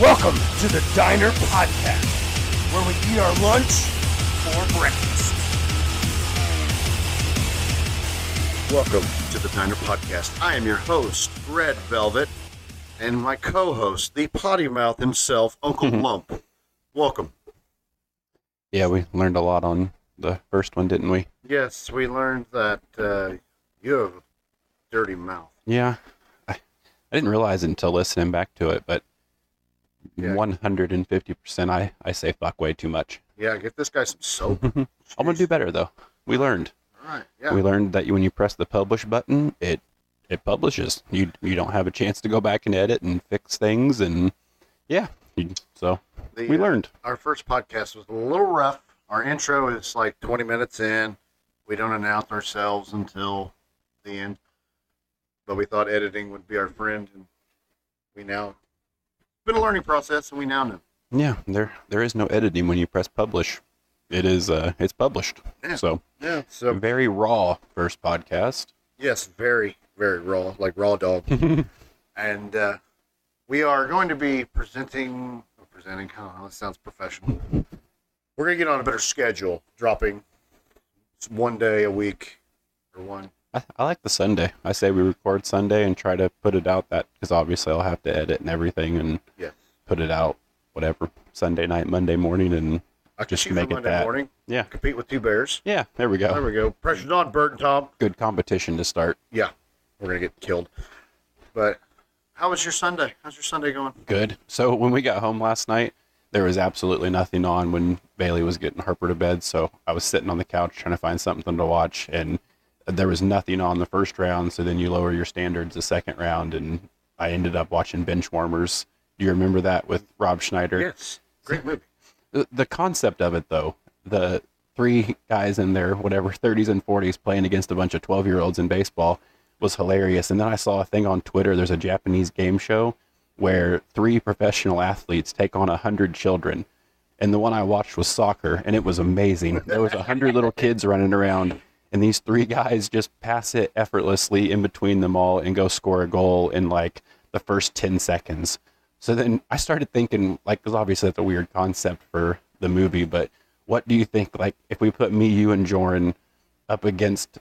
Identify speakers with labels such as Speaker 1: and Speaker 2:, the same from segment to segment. Speaker 1: Welcome to the Diner Podcast, where we eat our lunch or breakfast.
Speaker 2: Welcome to the Diner Podcast. I am your host, Red Velvet, and my co host, the potty mouth himself, Uncle Lump. Welcome.
Speaker 3: Yeah, we learned a lot on the first one, didn't we?
Speaker 2: Yes, we learned that uh, you have a dirty mouth.
Speaker 3: Yeah. I, I didn't realize until listening back to it, but
Speaker 2: Yeah.
Speaker 3: 150% I, I say fuck way too much.
Speaker 2: Yeah, get this guy some soap.
Speaker 3: I'm going to do better, though. We learned.
Speaker 2: All right. Yeah.
Speaker 3: We learned that you, when you press the publish button, it it publishes. You you don't have a chance to go back and edit and fix things, and yeah. You- So
Speaker 2: The,
Speaker 3: we
Speaker 2: uh,
Speaker 3: learned.
Speaker 2: our first podcast was a little rough. Our intro is like 20 minutes in. We don't announce ourselves until the end. But we thought editing would be our friend, and we now. It's been a learning process, and we now know.
Speaker 3: Yeah, there there is no editing when you press publish. It is uh it's published.
Speaker 2: Yeah.
Speaker 3: So
Speaker 2: Yeah. So,
Speaker 3: very raw first podcast.
Speaker 2: yes, very, very raw, like raw dog. and uh, we are going to be presenting. oh, Presenting, huh? That sounds professional. We're going to get on a better schedule, dropping one day a week or one
Speaker 3: I, I like the Sunday. I say we record Sunday and try to put it out that because obviously I'll have to edit and everything and
Speaker 2: Yeah.
Speaker 3: put it out whatever Sunday night, Monday morning, and
Speaker 2: I could
Speaker 3: Just
Speaker 2: shoot
Speaker 3: make
Speaker 2: for
Speaker 3: it
Speaker 2: Monday
Speaker 3: that. Oh.
Speaker 2: morning.
Speaker 3: Yeah.
Speaker 2: Compete with two bears.
Speaker 3: yeah, there we
Speaker 2: There
Speaker 3: go.
Speaker 2: we go. Pressure's on, Bert and Tom.
Speaker 3: Good competition to start.
Speaker 2: Yeah, we're gonna get killed. But how was your Sunday? How's your Sunday going?
Speaker 3: Good. So when we got home last night, there was absolutely nothing on when Bailey was getting Harper to bed. So I was sitting on the couch trying to find something to watch, and there was nothing on the first round. So then you lower your standards the second round, and I ended up watching Benchwarmers. Do you remember that with Rob Schneider?
Speaker 2: Yes, great movie.
Speaker 3: the the concept of it though the three guys in their whatever 30s and 40s playing against a bunch of 12 year olds in baseball was hilarious and then i saw a thing on twitter there's a japanese game show where three professional athletes take on 100 children and the one i watched was soccer and it was amazing there was 100 little kids running around and these three guys just pass it effortlessly in between them all and go score a goal in like the first 10 seconds so then I started thinking, like, because obviously that's a weird concept for the movie, but what do you think, like, if we put me, you, and Joran up against,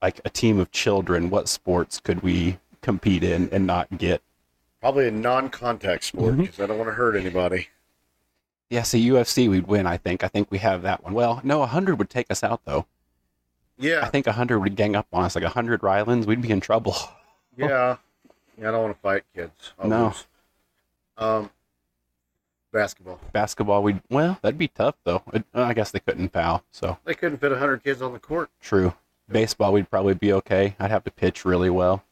Speaker 3: like, a team of children, what sports could we compete in and not get?
Speaker 2: Probably a non-contact sport
Speaker 3: Mm-hmm.
Speaker 2: because I don't want to hurt anybody.
Speaker 3: Yeah, see, UFC, we'd win, I think. I think we have that one. Well, no, 100 would take us out, though. I
Speaker 2: Yeah,
Speaker 3: think 100 would gang up on us. Like, 100 Rylands, we'd be in trouble.
Speaker 2: yeah, yeah. I don't want to fight kids. I'll
Speaker 3: No.
Speaker 2: lose. Um, basketball.
Speaker 3: Basketball, we'd, well, that'd be tough, though. I- I guess they couldn't foul, so
Speaker 2: They couldn't fit hundred kids on the court.
Speaker 3: true. Baseball, we'd probably be okay. I'd have to pitch really well.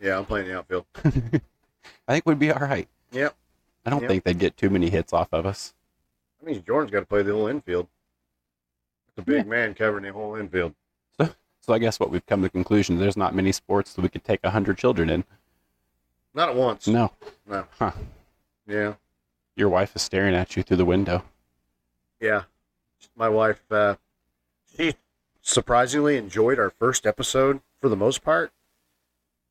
Speaker 2: Yeah, I'm playing the outfield.
Speaker 3: I think we'd be all right.
Speaker 2: Yep.
Speaker 3: I don't
Speaker 2: Yep.
Speaker 3: think they'd get too many hits off of us.
Speaker 2: That means Jordan's got to play the whole infield. It's a big man covering the whole infield.
Speaker 3: So I guess what we've come to the conclusion there's not many sports that we could take 100 children in.
Speaker 2: Not at once.
Speaker 3: No.
Speaker 2: No.
Speaker 3: Huh.
Speaker 2: Yeah.
Speaker 3: Your wife is staring at you through the window.
Speaker 2: Yeah. My wife, uh, she surprisingly enjoyed our first episode for the most part.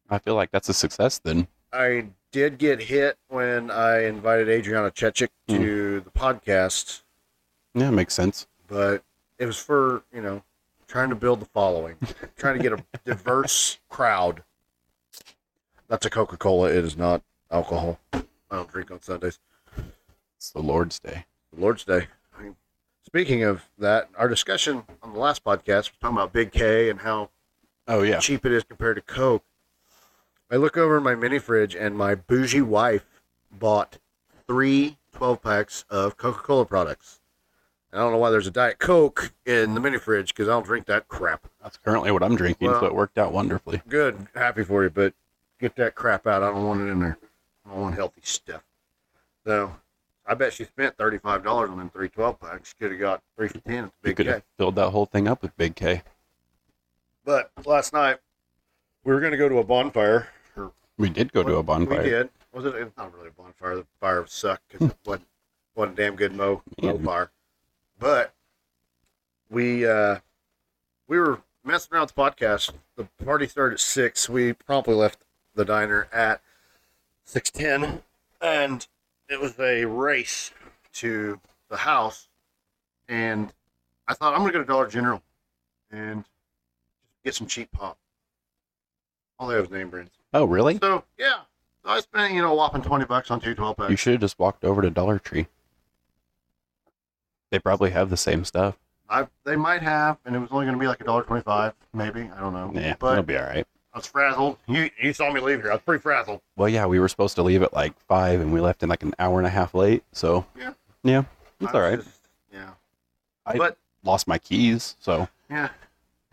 Speaker 3: I feel like that's a success then.
Speaker 2: I did get hit when I invited Adriana Chechik to the podcast,
Speaker 3: Yeah, makes sense.
Speaker 2: but it was for, you know, trying to build the following, trying to get a diverse crowd. That's a Coca Cola. It is not alcohol. I don't drink on Sundays.
Speaker 3: It's the Lord's Day.
Speaker 2: Lord's Day. I mean, speaking of that, our discussion on the last podcast was talking about Big K and how
Speaker 3: Oh, yeah.
Speaker 2: cheap it is compared to Coke. I look over in my mini fridge and my bougie wife bought three 12 packs of Coca Cola products. I don't know why there's a Diet Coke in the mini fridge because I don't drink that crap.
Speaker 3: That's currently what I'm drinking,
Speaker 2: Well-
Speaker 3: so it worked out wonderfully.
Speaker 2: Good, happy for you, but get that crap out. I don't want it in there. I don't want healthy stuff. So I bet she spent $35 on them three 12 packs. Could have got three for 10 at the
Speaker 3: You
Speaker 2: Big
Speaker 3: could
Speaker 2: K.
Speaker 3: have filled that whole thing up with Big K.
Speaker 2: But last night, we were going to go to a bonfire or
Speaker 3: We did go to a bonfire.
Speaker 2: We did. Was it? It's not really a bonfire. The fire sucked because it wasn't, wasn't a damn good mo, mo
Speaker 3: Yeah.
Speaker 2: fire. But we uh, we were messing around with the podcast. The party started at six. We promptly left the diner at six ten, and it was a race to the house, and I thought I'm gonna go to Dollar General and get some cheap pop. All they have is name brands.
Speaker 3: Oh, really?
Speaker 2: So yeah, so I spent you know a whopping twenty bucks on two twelve
Speaker 3: You
Speaker 2: packs.
Speaker 3: should have just walked over to Dollar Tree. They probably have the same stuff.
Speaker 2: I, they might have, and it was only gonna be like a dollar twenty five, maybe I don't know.
Speaker 3: Yeah, it'll
Speaker 2: but
Speaker 3: be all right.
Speaker 2: I was frazzled. You you saw me leave here. I was pretty frazzled.
Speaker 3: Well, yeah, we were supposed to leave at like five, and we left in like an hour and a half late. So
Speaker 2: Yeah.
Speaker 3: yeah, it's
Speaker 2: I
Speaker 3: all
Speaker 2: was
Speaker 3: right.
Speaker 2: just- yeah,
Speaker 3: I
Speaker 2: but
Speaker 3: lost my keys, so
Speaker 2: yeah,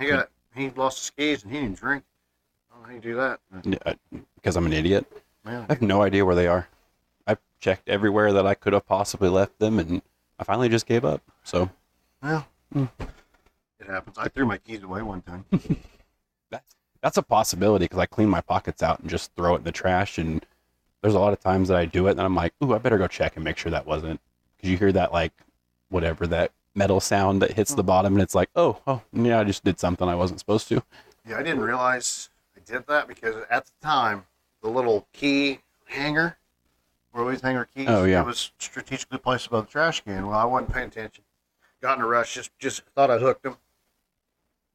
Speaker 2: he got he lost his skis and he didn't drink. I don't know how you do that. but,
Speaker 3: because uh, I'm an idiot,
Speaker 2: Man,
Speaker 3: I have no idea where they are. I checked everywhere that I could have possibly left them, and I finally just gave up. So
Speaker 2: well, it happens. I threw my keys away one time.
Speaker 3: that's that's a possibility because I clean my pockets out and just throw it in the trash. And there's a lot of times that I do it, and I'm like, ooh, I better go check and make sure that wasn't because you hear that like whatever that metal sound that hits the bottom, and it's like, oh, oh, yeah, I just did something I wasn't supposed to.
Speaker 2: Yeah, I didn't realize I did that because at the time, the little key hanger, where we hang our keys,
Speaker 3: Oh, yeah.
Speaker 2: it was strategically placed above the trash can. Well, I wasn't paying attention. Got in a rush, just just thought I hooked them.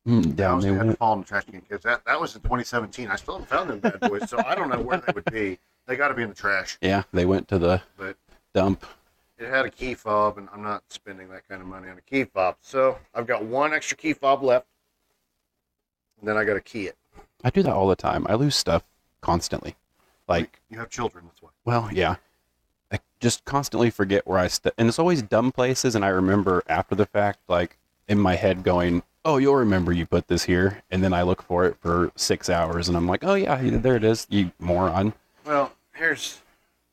Speaker 3: Mm,
Speaker 2: I
Speaker 3: down
Speaker 2: was
Speaker 3: they
Speaker 2: had to
Speaker 3: went.
Speaker 2: fall in the trash can because that, that was in 2017. I still haven't found them bad boys, so I don't know where they would be. They got to be in the trash,
Speaker 3: Yeah, they went to the
Speaker 2: but
Speaker 3: dump.
Speaker 2: it had a key fob, and I'm not spending that kind of money on a key fob. So I've got one extra key fob left, and then I got to key it.
Speaker 3: I do that all the time. I lose stuff constantly. Like
Speaker 2: you have children, that's why.
Speaker 3: Well, yeah. I just constantly forget where I st- and it's always dumb places and I remember after the fact like in my head going, "Oh, you'll remember you put this here." And then I look for it for 6 hours and I'm like, "Oh yeah, there it is, you moron."
Speaker 2: Well, here's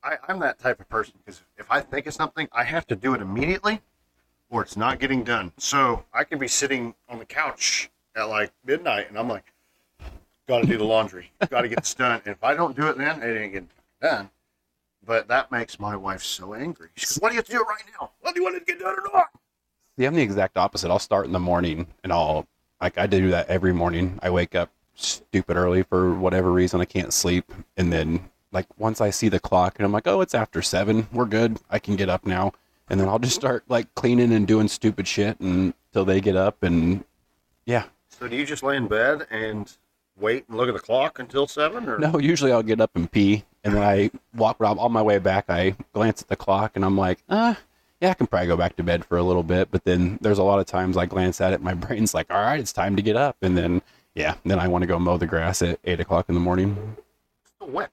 Speaker 2: I, I'm that type of person because if I think of something, I have to do it immediately, or it's not getting done. So I can be sitting on the couch at like midnight, and I'm like, "Got to do the laundry. Got to get this done." And if I don't do it, then it ain't getting done. But that makes my wife so angry. She goes, "Why do you have to do it right now? Well, do you want it to get done or not?"
Speaker 3: See, I'm the exact opposite. I'll start in the morning and I'll like I do that every morning. I wake up stupid early for whatever reason. I can't sleep. And then like once I see the clock and I'm like, oh, it's after seven. We're good. I can get up now. And then I'll just start like cleaning and doing stupid shit until they get up and yeah.
Speaker 2: So do you just lay in bed and wait and look at the clock until seven, or
Speaker 3: No, usually I'll get up and pee and then I walk Rob on my way back. I glance at the clock and I'm like, ah, yeah, I can probably go back to bed for a little bit. But then there's a lot of times I glance at it, my brain's like, all right, it's time to get up. And then, yeah, then I want to go mow the grass at eight o'clock in the morning.
Speaker 2: still wet?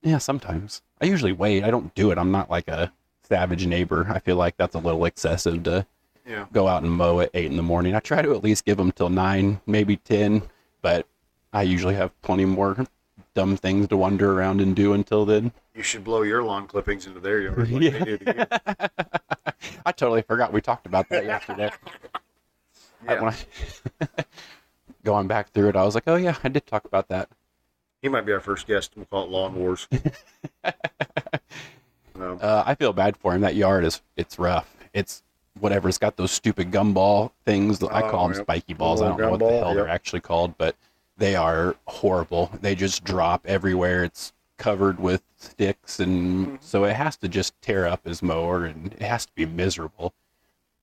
Speaker 3: Yeah, sometimes. I usually wait. I don't do it. I'm not like a savage neighbor. I feel like that's a little excessive to
Speaker 2: Yeah.
Speaker 3: go out and mow at eight in the morning. I try to at least give them till nine, maybe ten, but I usually have plenty more dumb things to wander around and do until then.
Speaker 2: You should blow your lawn clippings into their yard like
Speaker 3: Yeah.
Speaker 2: they do to you.
Speaker 3: I totally forgot we talked about that yesterday. I-
Speaker 2: Yeah.
Speaker 3: when I- going back through it, I was like, oh yeah, I did talk about that.
Speaker 2: He might be our first guest. We'll call it Lawn Wars. um,
Speaker 3: Uh, I feel bad for him. That yard is it's rough. It's whatever's got those stupid gumball things. that I call
Speaker 2: Oh,
Speaker 3: them
Speaker 2: yep.
Speaker 3: spiky balls. I
Speaker 2: Little
Speaker 3: don't know what the
Speaker 2: gumball,
Speaker 3: hell they're
Speaker 2: yep.
Speaker 3: actually called, but they are horrible. They just drop everywhere. It's covered with sticks, and
Speaker 2: Mm-hmm.
Speaker 3: so it has to just tear up his mower, and it has to be miserable.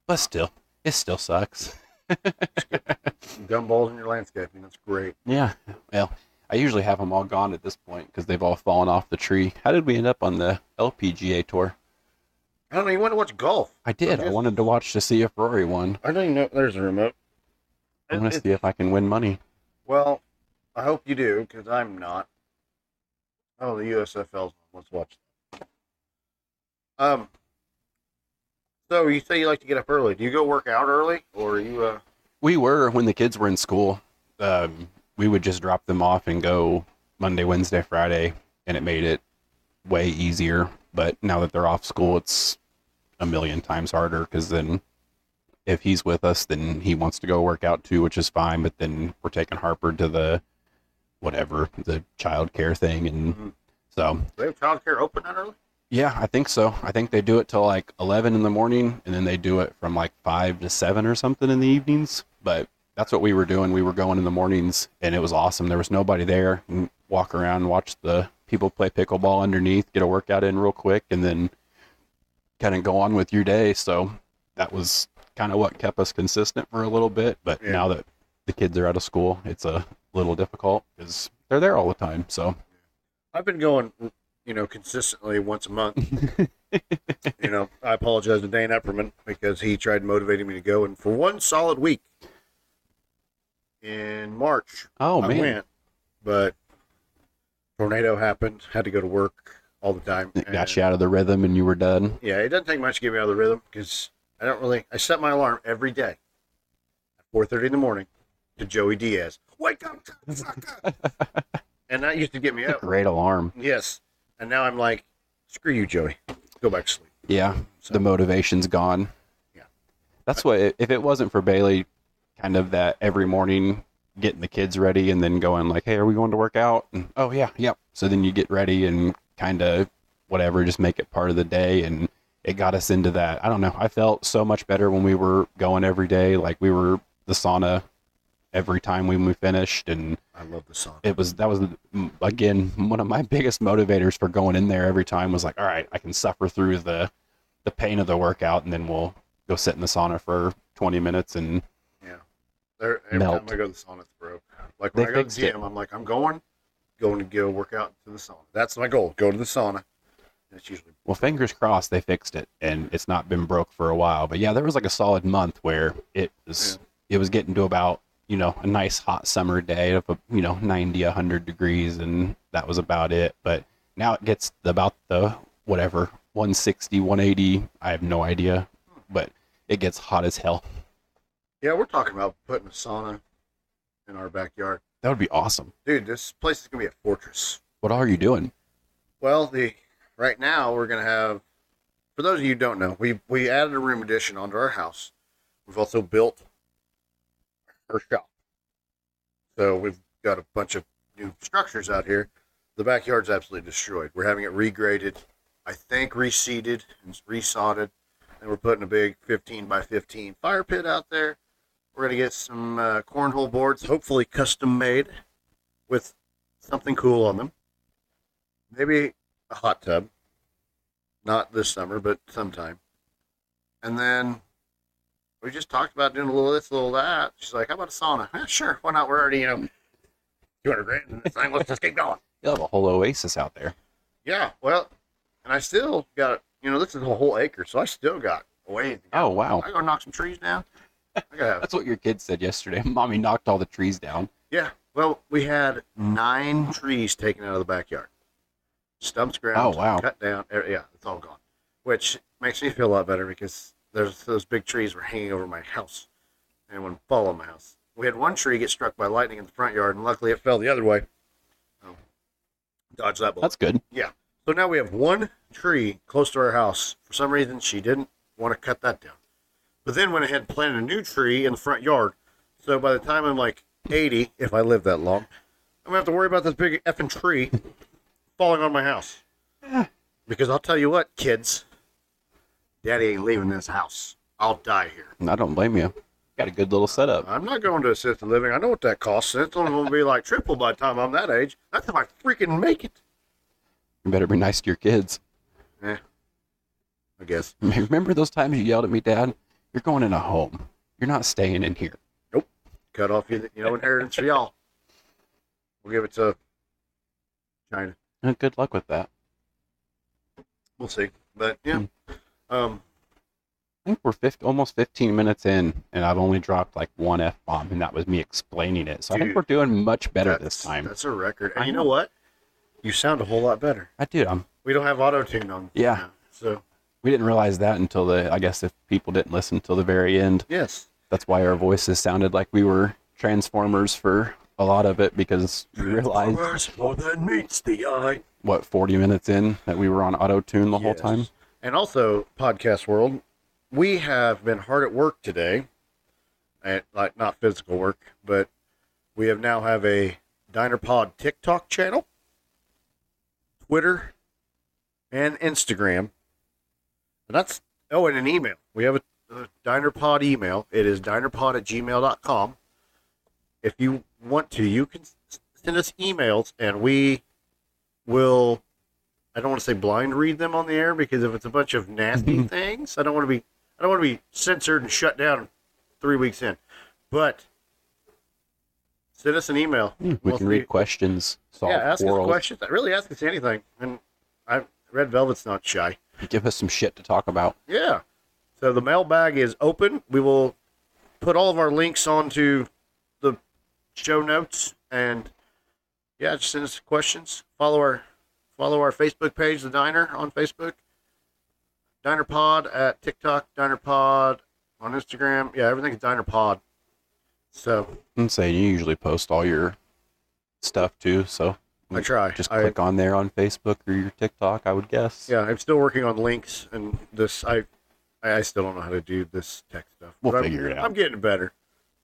Speaker 3: But still, it still sucks.
Speaker 2: gumballs in your landscaping. That's great.
Speaker 3: Yeah. Well, I usually have them all gone at this point because they've all fallen off the tree. How did we end up on the LPGA tour?
Speaker 2: I don't know. You want to watch golf?
Speaker 3: I did. I
Speaker 2: Yes.
Speaker 3: wanted to watch to see if Rory won.
Speaker 2: I don't even know. There's a remote.
Speaker 3: I want to
Speaker 2: It-
Speaker 3: see if I can win money.
Speaker 2: Well, I hope you do because I'm not. Oh, the USFL's. Let's watch. Um. So you say you like to get up early. Do you go work out early, or are you? Uh,
Speaker 3: We were when the kids were in school. Um, we would just drop them off and go Monday, Wednesday, Friday, and it made it way easier. But now that they're off school, it's a million times harder because then if he's with us, then he wants to go work out too, which is fine. But then we're taking Harper to the whatever the child care thing, and
Speaker 2: Mhm.
Speaker 3: so
Speaker 2: they have childcare open that early?
Speaker 3: yeah, I think so. I think they do it till like 11 in the morning and then they do it from like 5 to 7 or something in the evenings. But that's what we were doing. We were going in the mornings and it was awesome. There was nobody there. And walk around, watch the people play pickleball underneath, get a workout in real quick, and then kind of go on with your day. So that was kind of what kept us consistent for a little bit. But
Speaker 2: Yeah.
Speaker 3: now that the kids are out of school, it's a little difficult because they're there all the time. So
Speaker 2: I've been going, you know, consistently once a month. you know, I apologize to Dane Epperman because he tried motivating me to go, and for one solid week in March,
Speaker 3: oh
Speaker 2: I
Speaker 3: man,
Speaker 2: went, but tornado happened. Had to go to work all the time.
Speaker 3: it got
Speaker 2: and-
Speaker 3: you out of the rhythm and you were done.
Speaker 2: Yeah, it doesn't take much to get me out of the rhythm because I don't really. I set my alarm every day at four thirty in the morning to Joey Diaz. Wake up, cocksucker! and that used to get me up.
Speaker 3: Great alarm.
Speaker 2: Yes, and now I'm like, screw you, Joey. Go back to sleep.
Speaker 3: Yeah,
Speaker 2: So-
Speaker 3: the motivation's gone.
Speaker 2: Yeah.
Speaker 3: that's what. If it wasn't for Bailey, kind of that every morning getting the kids ready and then going like, "Hey, are we going to work out?" And, oh yeah, yep. So then you get ready and kind of whatever, just make it part of the day, and it got us into that. I don't know. I felt so much better when we were going every day. Like we were the sauna every time when we finished and
Speaker 2: I love the song.
Speaker 3: it was that was mm, again one of my biggest motivators for going in there every time was like all right i can suffer through the the pain of the workout and then we'll go sit in the sauna for 20 minutes and
Speaker 2: There, every
Speaker 3: Melt.
Speaker 2: time I go to the sauna, it's broke. Like when
Speaker 3: They
Speaker 2: I go to
Speaker 3: fixed
Speaker 2: the
Speaker 3: it.
Speaker 2: gym, I'm like, I'm going, going to go work out to the sauna. That's my goal. Go to the sauna. That's usually
Speaker 3: well fingers crossed they fixed it and it's not been broke for a while but yeah there was like a solid month where it was it was getting to about you know a nice hot summer day of uh, you know 90 100 degrees and that was about it but now it gets about the whatever 160 180 i have no idea but it gets hot as hell
Speaker 2: Yeah, we're talking about putting a sauna in our backyard.
Speaker 3: That would be awesome.
Speaker 2: Dude, this place is gonna be a fortress.
Speaker 3: What are you doing?
Speaker 2: Well, the right now we're gonna have for those of you who don't know, we we added a room addition onto our house. We've also built her shop. So we've got a bunch of new structures out here. The backyard's absolutely destroyed. We're having it regraded, I think reseeded and resodded, and we're putting a big 15 by 15 fire pit out there. We're gonna get some uh, cornhole boards, hopefully custom made, with something cool on them. Maybe a hot tub. Not this summer, but sometime. And then we just talked about doing a little this, a little that. She's like, "How about a sauna? Yeah, sure. Why not? We're already, you know, two hundred grand in this thing. Let's just keep going."
Speaker 3: You'll have a whole oasis out there.
Speaker 2: Yeah. Well, and I still got, you know, this is a whole acre, so I still got a ways. to go.
Speaker 3: Oh wow.
Speaker 2: I gotta knock some trees down. I gotta have
Speaker 3: That's what your kid said yesterday. Mommy knocked all the trees down.
Speaker 2: Yeah. Well, we had nine trees taken out of the backyard. Stumps ground.
Speaker 3: Oh, wow.
Speaker 2: Cut down. er, Yeah, it's all gone. Which makes me feel a lot better because there's those big trees were hanging over my house and would fall on my house. We had one tree get struck by lightning in the front yard, and luckily it fell the other way. So, dodge that bullet.
Speaker 3: That's good.
Speaker 2: So now we have one tree close to our house. For some reason, she didn't want to cut that down. But then went ahead and planted a new tree in the front yard. So by the time I'm like 80, if I live that long, I'm going to have to worry about this big effing tree falling on my house. Because I'll tell you what, kids, daddy ain't leaving this house. I'll die here.
Speaker 3: And I don't blame you. Got a good little setup.
Speaker 2: I'm not going to assisted living. I know what that costs. It's only going to be like triple by the time I'm that age. That's if I freaking make it.
Speaker 3: You better be nice to your kids.
Speaker 2: Eh, I guess.
Speaker 3: Remember those times you yelled at me, Dad? You're going in a home. You're not staying in here.
Speaker 2: cut off your you know inheritance for y'all. We'll give it to China.
Speaker 3: Uh, Good luck with that.
Speaker 2: We'll see. But yeah,
Speaker 3: Hmm.
Speaker 2: um,
Speaker 3: I think we're 50, almost 15 minutes in, and I've only dropped like one f bomb, and that was me explaining it. So I
Speaker 2: Dude.
Speaker 3: think we're doing much better
Speaker 2: that's,
Speaker 3: this time.
Speaker 2: That's a record.
Speaker 3: I
Speaker 2: And you
Speaker 3: know.
Speaker 2: know what? You sound a whole lot better.
Speaker 3: I did. I'm.
Speaker 2: We don't have auto tune on.
Speaker 3: Yeah.
Speaker 2: now, so
Speaker 3: We didn't realize that until the. I guess if people didn't listen until the very end,
Speaker 2: yes,
Speaker 3: That's why our voices sounded like we were Transformers for a lot of it because we realized
Speaker 2: Transformers more than meets the eye.
Speaker 3: what 40 minutes in that we were on auto tune the whole
Speaker 2: Yes.
Speaker 3: time.
Speaker 2: And also, podcast world, we have been hard at work today, at like not physical work, but we have now have a DinerPod TikTok channel, Twitter, and Instagram. And that's oh, and an email. We have a, a DinerPod email. It is dinerpod at gmail.com. If you want to, you can s- send us emails, and we will I don't want to say blind read them on the air because if it's a bunch of
Speaker 3: Mm-hmm.
Speaker 2: nasty things, I don't want to be I don't want to be censored and shut down three weeks in. But send us an email.
Speaker 3: Hmm, We
Speaker 2: Hmm. We'll
Speaker 3: can
Speaker 2: see-
Speaker 3: read questions, solve
Speaker 2: Yeah, ask
Speaker 3: quarrels,
Speaker 2: us questions. Really, ask us anything. And I Red Velvet's not shy.
Speaker 3: give us some shit to talk about.
Speaker 2: Yeah. So the mailbag is open. We will put all of our links onto the show notes and yeah, just send us questions. Follow our follow our Facebook page, the Diner on Facebook. Diner Pod at TikTok, Diner Pod on Instagram. Yeah, everything's Diner Pod. So
Speaker 3: And say you usually post all your stuff too, so
Speaker 2: I try.
Speaker 3: just
Speaker 2: I-
Speaker 3: click on there on Facebook or your TikTok, I would guess.
Speaker 2: Yeah, I'm still working on links and this. I I I still don't know how to do this tech stuff.
Speaker 3: We'll
Speaker 2: but
Speaker 3: figure
Speaker 2: I'm,
Speaker 3: it out.
Speaker 2: I'm getting better.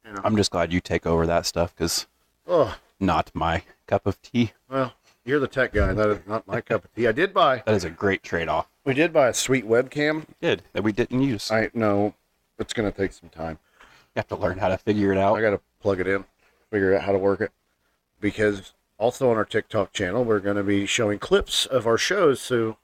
Speaker 2: You know.
Speaker 3: I'm just glad you take over that stuff because
Speaker 2: oh
Speaker 3: not my cup of tea.
Speaker 2: well, you're the tech guy. That is not my cup of tea. I did buy.
Speaker 3: That is a great trade off.
Speaker 2: We did buy a sweet webcam.
Speaker 3: Good that we didn't use. You
Speaker 2: I know it's gonna take some time.
Speaker 3: have to learn how to figure it
Speaker 2: I
Speaker 3: out.
Speaker 2: gotta plug it in, figure out how to work it, because also on our TikTok channel we're gonna be showing clips of our shows, so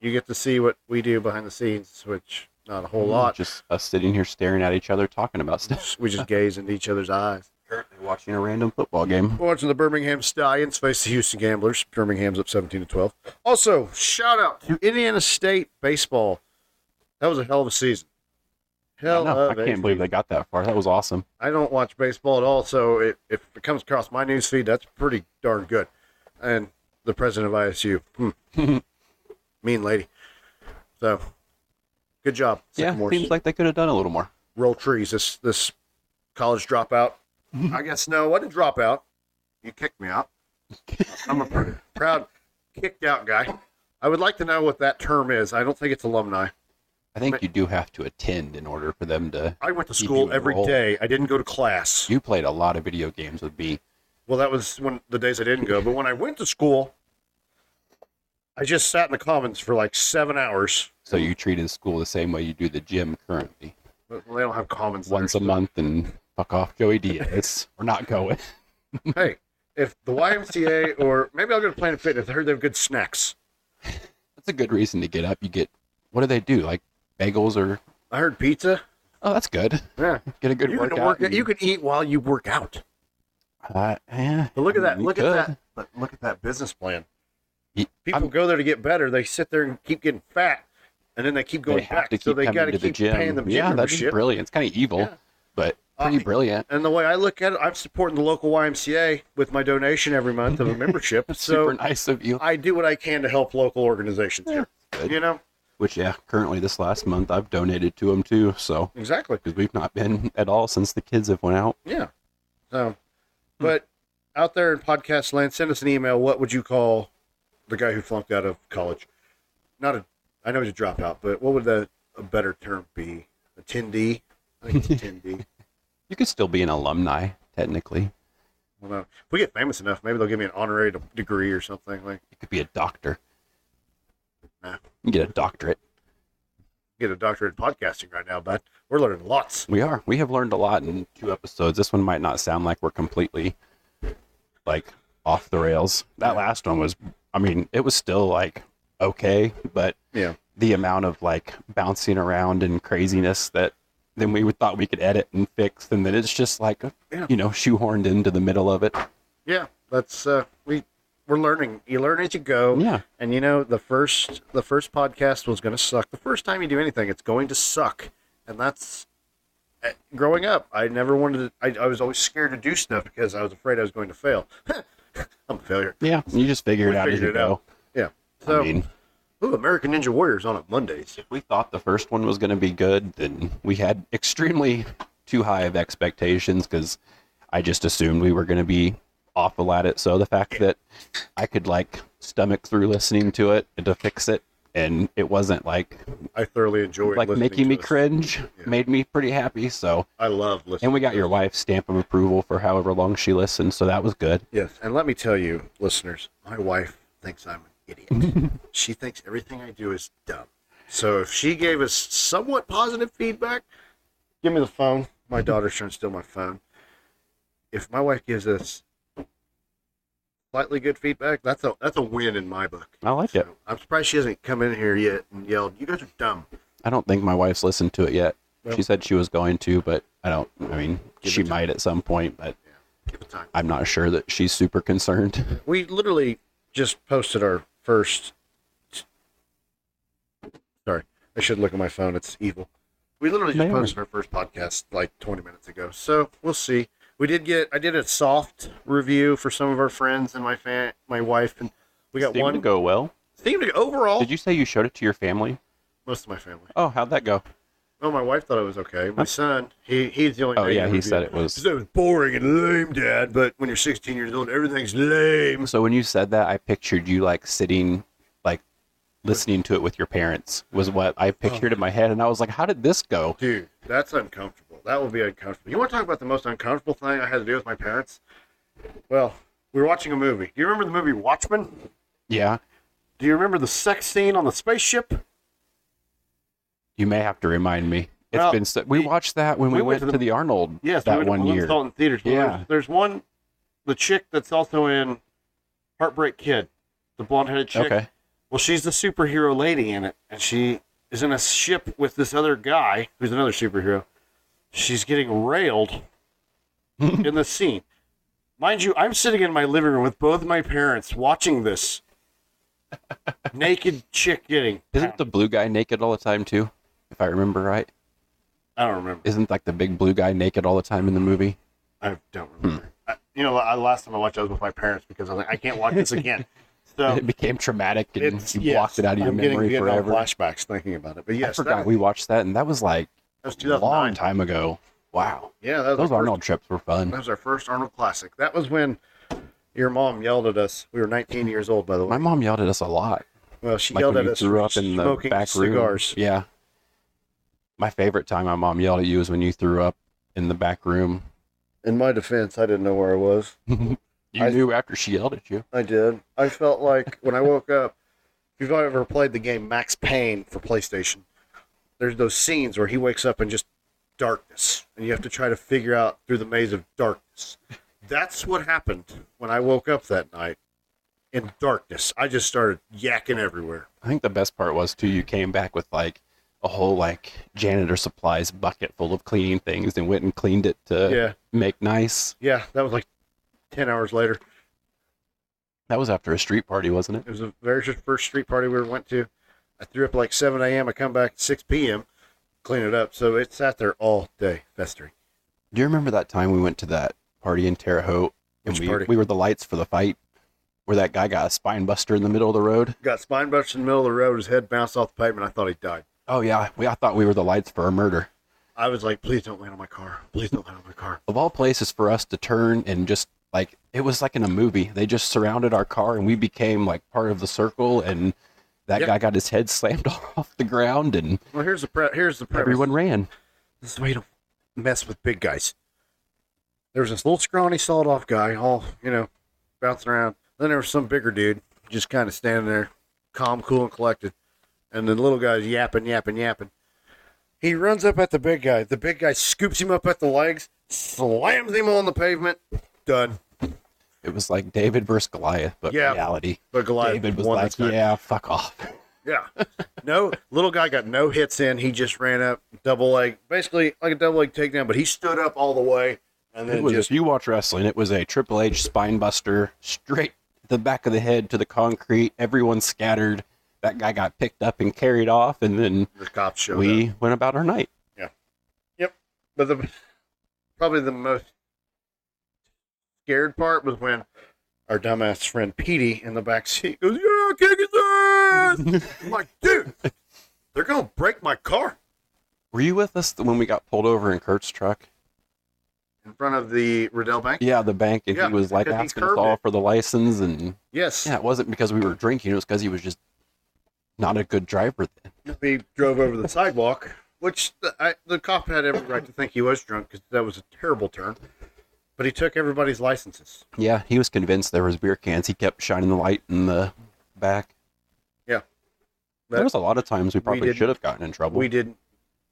Speaker 2: you get to see what we do behind the scenes, which not a whole
Speaker 3: Mm.
Speaker 2: lot.
Speaker 3: Just us sitting here staring at each other, talking about stuff.
Speaker 2: we just gaze into each other's eyes.
Speaker 3: Currently watching a random football game.
Speaker 2: We're watching the Birmingham Stallions face the Houston Gamblers. Birmingham's up 17 to 12. Also, shout out to Indiana State baseball. That was a hell of a season.
Speaker 3: I,
Speaker 2: Hell
Speaker 3: know, I
Speaker 2: of a
Speaker 3: can't believe
Speaker 2: season.
Speaker 3: they got that far. That was awesome.
Speaker 2: I don't watch baseball at all, so it, if it comes across my news feed, that's pretty darn good. And the president of ISU, hmm. mean lady. So, good job.
Speaker 3: yeah,
Speaker 2: Sycamores.
Speaker 3: seems like they could have done a little more.
Speaker 2: roll trees. This this college dropout.
Speaker 3: Mm-hmm.
Speaker 2: I guess no, what a dropout. You kicked me out. I'm a pr- proud kicked out guy. I would like to know what that term is. I don't think it's alumni.
Speaker 3: I think
Speaker 2: But-
Speaker 3: you do have to attend in order for them to.
Speaker 2: I went to
Speaker 3: You
Speaker 2: school
Speaker 3: do
Speaker 2: every
Speaker 3: roll.
Speaker 2: day. I didn't go to class.
Speaker 3: You played a lot of video games with B.
Speaker 2: Well, that was when the days I didn't go. But when I went to school, I just sat in the commons for like seven hours.
Speaker 3: So you treated school the same way you do the gym currently.
Speaker 2: Well, they don't have commons there,
Speaker 3: Once a
Speaker 2: so-
Speaker 3: month and fuck off Joey Diaz. We're not going.
Speaker 2: hey, if the YMCA or maybe I'll go to Planet Fitness. I heard they have good snacks.
Speaker 3: That's a good reason to get up. You get, what do they do? Like bagels or,
Speaker 2: I heard pizza.
Speaker 3: oh, that's good.
Speaker 2: Yeah.
Speaker 3: Get a good
Speaker 2: you
Speaker 3: workout.
Speaker 2: Can work,
Speaker 3: and-
Speaker 2: you can eat while you work out.
Speaker 3: Uh, yeah,
Speaker 2: But look at that!
Speaker 3: you
Speaker 2: Look
Speaker 3: could.
Speaker 2: at that! But look at that business plan.
Speaker 3: Ye-
Speaker 2: People
Speaker 3: I'm-
Speaker 2: go there to get better. They sit there and keep getting fat, and then they keep going
Speaker 3: They have
Speaker 2: back.
Speaker 3: to keep
Speaker 2: so they
Speaker 3: coming
Speaker 2: got
Speaker 3: to
Speaker 2: to
Speaker 3: the
Speaker 2: keep
Speaker 3: gym.
Speaker 2: paying them gym
Speaker 3: yeah, that's
Speaker 2: membership.
Speaker 3: brilliant. It's kind of evil,
Speaker 2: Yeah.
Speaker 3: but pretty
Speaker 2: Uh,
Speaker 3: brilliant.
Speaker 2: And the way I look at it, I'm supporting the local YMCA with my donation every month of a membership.
Speaker 3: That's
Speaker 2: so
Speaker 3: super nice of you.
Speaker 2: I do what I can to help local organizations here.
Speaker 3: Good.
Speaker 2: You know
Speaker 3: Which yeah, currently this last month I've donated to them too. So
Speaker 2: exactly.
Speaker 3: because we've not been at all since the kids have went out.
Speaker 2: Yeah. So, but out there in podcast land, send us an email. What would you call the guy who flunked out of college? Not a, I know he's a dropout, but what would the a better term be? Attendee. I think it's attendee.
Speaker 3: You could still be an alumni technically.
Speaker 2: I don't know. If we get famous enough, maybe they'll give me an honorary de- degree or something. Like
Speaker 3: You could be a doctor.
Speaker 2: Nah.
Speaker 3: You get a doctorate.
Speaker 2: get a doctorate in podcasting right now, but we're learning lots.
Speaker 3: We are. We have learned a lot in two episodes. This one might not sound like we're completely like off the rails. That last one was I mean, it was still like okay, but
Speaker 2: Yeah.
Speaker 3: the amount of like bouncing around and craziness that then we would- thought we could edit and fix and then it's just like
Speaker 2: Yeah.
Speaker 3: you know, shoehorned into the middle of it.
Speaker 2: Yeah, that's uh, we we're learning. You learn as you go.
Speaker 3: Yeah.
Speaker 2: And you know, the first the first podcast was going to suck. The first time you do anything, it's going to suck. And that's eh, growing up. I never wanted to I, I was always scared to do stuff because I was afraid I was going to fail. I'm a failure.
Speaker 3: Yeah. You just figure it
Speaker 2: We
Speaker 3: out as
Speaker 2: figured
Speaker 3: you
Speaker 2: it
Speaker 3: go.
Speaker 2: out. Yeah. So,
Speaker 3: I mean
Speaker 2: ooh, American Ninja Warriors on a Mondays.
Speaker 3: if we thought the first one was going to be good, then we had extremely too high of expectations because I just assumed we were going to be awful at it. So the fact that I could like stomach through listening to it and to fix it, and it wasn't like
Speaker 2: I thoroughly enjoyed
Speaker 3: like
Speaker 2: listening
Speaker 3: making
Speaker 2: to
Speaker 3: me
Speaker 2: this.
Speaker 3: cringe, made me pretty happy. So
Speaker 2: I love listening.
Speaker 3: and we got your wife's stamp of approval for however long she listened, so that was good.
Speaker 2: Yes, and let me tell you, listeners, my wife thinks I'm an idiot. she thinks everything I do is dumb. So if she gave us somewhat positive feedback, give me the phone. My daughter's trying to steal my phone. If my wife gives us slightly good feedback, that's a that's a win in my book.
Speaker 3: I like it.
Speaker 2: So, I'm surprised she hasn't come in here yet and yelled, "You guys are dumb."
Speaker 3: I don't think my wife's listened to it yet.
Speaker 2: Well-
Speaker 3: she said she was going to, but I don't. I mean,
Speaker 2: Give
Speaker 3: she
Speaker 2: it to-
Speaker 3: might at some point, but
Speaker 2: Give it time.
Speaker 3: I'm not sure that she's super concerned.
Speaker 2: We literally just posted our first. Sorry, I should look at my phone. It's evil. We literally just
Speaker 3: No, you're
Speaker 2: posted our first podcast like 20 minutes ago, so we'll see. We did get. I did a soft review for some of our friends and my fan, my wife, and we got
Speaker 3: Seemed
Speaker 2: one.
Speaker 3: to go well.
Speaker 2: Seemed to go overall.
Speaker 3: Did you say you showed it to your family?
Speaker 2: most of my family.
Speaker 3: Oh, how'd that go?
Speaker 2: Oh, my wife thought it was okay. My son, he he's the only.
Speaker 3: Oh,
Speaker 2: negative
Speaker 3: yeah, he
Speaker 2: review.
Speaker 3: said it was-
Speaker 2: He said it was boring and lame, Dad. But when you're 16 years old, everything's lame.
Speaker 3: So when you said that, I pictured you like sitting, like listening to it with your parents was what
Speaker 2: Oh.
Speaker 3: I pictured in my head, and I was like, how did this go?
Speaker 2: Dude, that's uncomfortable. That will be uncomfortable. You want to talk about the most uncomfortable thing I had to do with my parents? Well, we were watching a movie. Do you remember the movie Watchmen?
Speaker 3: Yeah,
Speaker 2: Do you remember the sex scene on the spaceship?
Speaker 3: you may have to remind me. It's
Speaker 2: Well,
Speaker 3: been so, we watched that when we, went, to the, Arnold
Speaker 2: Yes, we
Speaker 3: that
Speaker 2: went to
Speaker 3: one
Speaker 2: Balloon
Speaker 3: year.
Speaker 2: Salt in theaters. Well,
Speaker 3: Yeah.
Speaker 2: There's, there's one, the chick that's also in Heartbreak Kid, the blonde-headed chick.
Speaker 3: Okay,
Speaker 2: Well, she's the superhero lady in it, and she is in a ship with this other guy who's another superhero. She's getting railed in the scene. Mind you, I'm sitting in my living room with both my parents watching this naked chick getting.
Speaker 3: isn't the blue guy naked all the time too? If I remember right,
Speaker 2: I don't remember.
Speaker 3: isn't like the big blue guy naked all the time in the movie?
Speaker 2: I don't
Speaker 3: Hmm.
Speaker 2: remember. I, you know, I, last time I watched, I was with my parents because I was like, I can't watch this again. So
Speaker 3: it became traumatic and
Speaker 2: it's
Speaker 3: you
Speaker 2: yes,
Speaker 3: blocked it out of your
Speaker 2: I'm getting
Speaker 3: memory
Speaker 2: Vietnam
Speaker 3: forever.
Speaker 2: Flashbacks thinking about it, but yes,
Speaker 3: I forgot
Speaker 2: that,
Speaker 3: we watched that, and that was like
Speaker 2: that was
Speaker 3: a
Speaker 2: 2009.
Speaker 3: long time ago. Wow,
Speaker 2: Yeah, that was
Speaker 3: those
Speaker 2: our first
Speaker 3: Arnold trips were fun.
Speaker 2: That was our first Arnold Classic. That was when your mom yelled at us. We were 19 years old, by the way.
Speaker 3: My mom yelled at us a lot.
Speaker 2: well, she
Speaker 3: Like
Speaker 2: yelled at
Speaker 3: when you
Speaker 2: us
Speaker 3: threw
Speaker 2: for
Speaker 3: up in the
Speaker 2: smoking
Speaker 3: back room.
Speaker 2: cigars.
Speaker 3: Yeah. My favorite time my mom yelled at you was when you threw up in the back room.
Speaker 2: In my defense, I didn't know where I was.
Speaker 3: You
Speaker 2: I-
Speaker 3: knew after she yelled at you.
Speaker 2: I did. I felt like when I woke up, if you've ever played the game Max Payne for PlayStation, there's those scenes where he wakes up in just darkness, and you have to try to figure out through the maze of darkness. That's what happened when I woke up that night in darkness. I just started yakking everywhere.
Speaker 3: I think the best part was too. You came back with like a whole like janitor supplies bucket full of cleaning things and went and cleaned it to
Speaker 2: Yeah.
Speaker 3: make nice.
Speaker 2: Yeah, that was like 10 hours later.
Speaker 3: That was after a street party, wasn't it?
Speaker 2: It was the very first street party we went to. I threw up like 7 a.m. I come back at 6 p.m., clean it up. So it sat there all day festering.
Speaker 3: Do you remember that time we went to that party in Terre Haute and
Speaker 2: Which
Speaker 3: we,
Speaker 2: party?
Speaker 3: we were the lights for the fight where that guy got a spine buster in the middle of the road?
Speaker 2: Got spine busted in the middle of the road. His head bounced off the pavement. I thought he died.
Speaker 3: Oh yeah, we, I thought we were the lights for a murder.
Speaker 2: I was like, please don't land on my car. Please don't land on my car.
Speaker 3: Of all places for us to turn and just like it was like in a movie. They just surrounded our car and we became like part of the circle and that
Speaker 2: Yeah.
Speaker 3: guy got his head slammed off the ground and
Speaker 2: Well, here's the pre- here's the premise.
Speaker 3: everyone ran.
Speaker 2: This is the way to mess with big guys. There was this little scrawny, sawed off guy, all, you know, bouncing around. Then there was some bigger dude just kind of standing there, calm, cool, and collected. And the little guy's yapping, yapping, yapping. He runs up at the big guy. The big guy scoops him up at the legs, slams him on the pavement. Done.
Speaker 3: It was like David versus Goliath, but
Speaker 2: Yeah.
Speaker 3: reality.
Speaker 2: But Goliath
Speaker 3: David was
Speaker 2: won
Speaker 3: like,
Speaker 2: this time.
Speaker 3: "Yeah, fuck off."
Speaker 2: Yeah. No, little guy got no hits in. He just ran up, double leg, basically like a double leg takedown, but he stood up all the way and
Speaker 3: It
Speaker 2: then
Speaker 3: was,
Speaker 2: just
Speaker 3: if you watch wrestling, it was a Triple H spine buster straight to the back of the head to the concrete. Everyone scattered. That guy got picked up and carried off, and then
Speaker 2: the cops showed up.
Speaker 3: we went about our night.
Speaker 2: But the probably the most scared part was when our dumbass friend Petey in the back seat goes, "Yeah, kick his ass!" I'm like, dude, they're gonna break my car
Speaker 3: Were you with us when we got pulled over in Kurt's truck?
Speaker 2: in front of the Riddell Bank.
Speaker 3: Yeah, the bank, and
Speaker 2: Yeah,
Speaker 3: he was like
Speaker 2: because he
Speaker 3: asking us
Speaker 2: curved
Speaker 3: all
Speaker 2: it.
Speaker 3: for the license, and
Speaker 2: Yes,
Speaker 3: yeah, it wasn't because we were drinking; it was because he was just not a good driver. Then
Speaker 2: we drove over the sidewalk, which the, I, the cop had every right to think he was drunk because that was a terrible turn. But he took everybody's licenses.
Speaker 3: yeah, he was convinced there was beer cans. He kept shining the light in the back.
Speaker 2: Yeah.
Speaker 3: there was a lot of times we probably
Speaker 2: didn't-
Speaker 3: should have gotten in trouble.
Speaker 2: We didn't.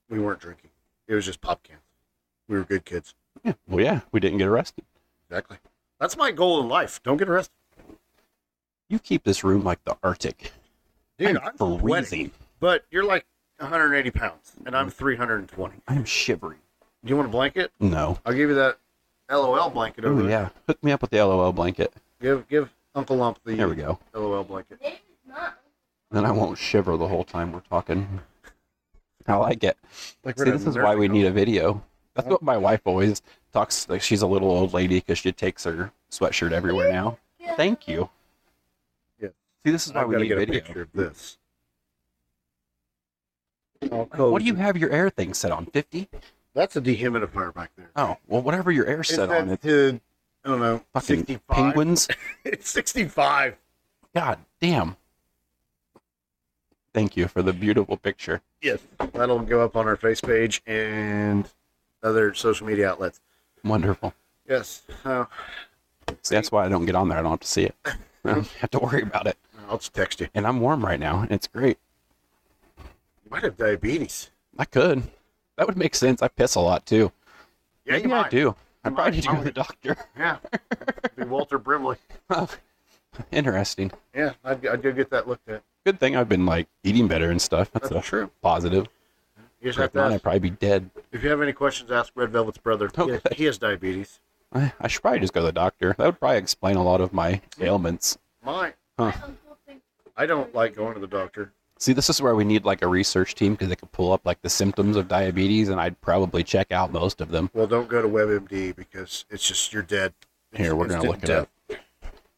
Speaker 2: We weren't drinking. It was just pop cans. We were good kids.
Speaker 3: well, yeah, we didn't get arrested.
Speaker 2: Exactly. That's my goal in life. Don't get arrested.
Speaker 3: You keep this room like the Arctic.
Speaker 2: Dude,
Speaker 3: I'm
Speaker 2: I'm,
Speaker 3: freezing.
Speaker 2: sweating, but you're like 180 pounds, and I'm 320.
Speaker 3: I'm shivering.
Speaker 2: Do you want a blanket?
Speaker 3: No.
Speaker 2: I'll give you that LOL blanket over
Speaker 3: Oh
Speaker 2: there.
Speaker 3: yeah. Hook me up with the LOL blanket.
Speaker 2: Give give Uncle Lump the
Speaker 3: There we go.
Speaker 2: LOL blanket.
Speaker 3: Then I won't shiver the whole time we're talking. I like it.
Speaker 2: Like
Speaker 3: See, this is why we need a video. That's what my wife always talks. Like she's a little old lady because she takes her sweatshirt everywhere now. Thank you.
Speaker 2: Yeah.
Speaker 3: See, this is why
Speaker 2: I've
Speaker 3: we
Speaker 2: got to
Speaker 3: need
Speaker 2: get a
Speaker 3: video.
Speaker 2: picture of this.
Speaker 3: What do you have your air thing set on? Fifty?
Speaker 2: That's a dehumidifier back there.
Speaker 3: Oh, well, whatever your air set on,
Speaker 2: that
Speaker 3: it's
Speaker 2: to, I don't know,
Speaker 3: fucking
Speaker 2: 65.
Speaker 3: penguins.
Speaker 2: it's 65.
Speaker 3: God damn. Thank you for the beautiful picture.
Speaker 2: Yes. That'll go up on our face page and other social media outlets.
Speaker 3: Wonderful.
Speaker 2: Yes. Uh,
Speaker 3: See, that's why I don't get on there. I don't have to see it. I don't have to worry about it.
Speaker 2: I'll just text you.
Speaker 3: And I'm warm right now. and It's great.
Speaker 2: You might have diabetes.
Speaker 3: I could. That would make sense. I piss a lot too.
Speaker 2: Yeah,
Speaker 3: Maybe
Speaker 2: you
Speaker 3: I
Speaker 2: might.
Speaker 3: do. I
Speaker 2: You
Speaker 3: probably
Speaker 2: might.
Speaker 3: need to go to
Speaker 2: Might.
Speaker 3: the doctor.
Speaker 2: Yeah. Be Walter Brimley.
Speaker 3: Interesting.
Speaker 2: Yeah, I'd, I'd go get that looked at.
Speaker 3: Good thing I've been like eating better and stuff. That's,
Speaker 2: That's
Speaker 3: a
Speaker 2: true.
Speaker 3: positive.
Speaker 2: You just have
Speaker 3: If
Speaker 2: to
Speaker 3: not, I'd
Speaker 2: ask.
Speaker 3: probably be dead.
Speaker 2: If you have any questions, ask Red Velvet's brother. He-
Speaker 3: Okay.
Speaker 2: He, has diabetes.
Speaker 3: I I should probably just go to the doctor. That would probably explain a lot of my ailments.
Speaker 2: Mine.
Speaker 3: Huh.
Speaker 2: I don't like going to the doctor.
Speaker 3: See, this is where we need like a research team because they could pull up like the symptoms of diabetes, and I'd probably check out most of them.
Speaker 2: Well, don't go to WebMD because it's just you're dead. It's
Speaker 3: Here, we're gonna
Speaker 2: instant
Speaker 3: look it
Speaker 2: death.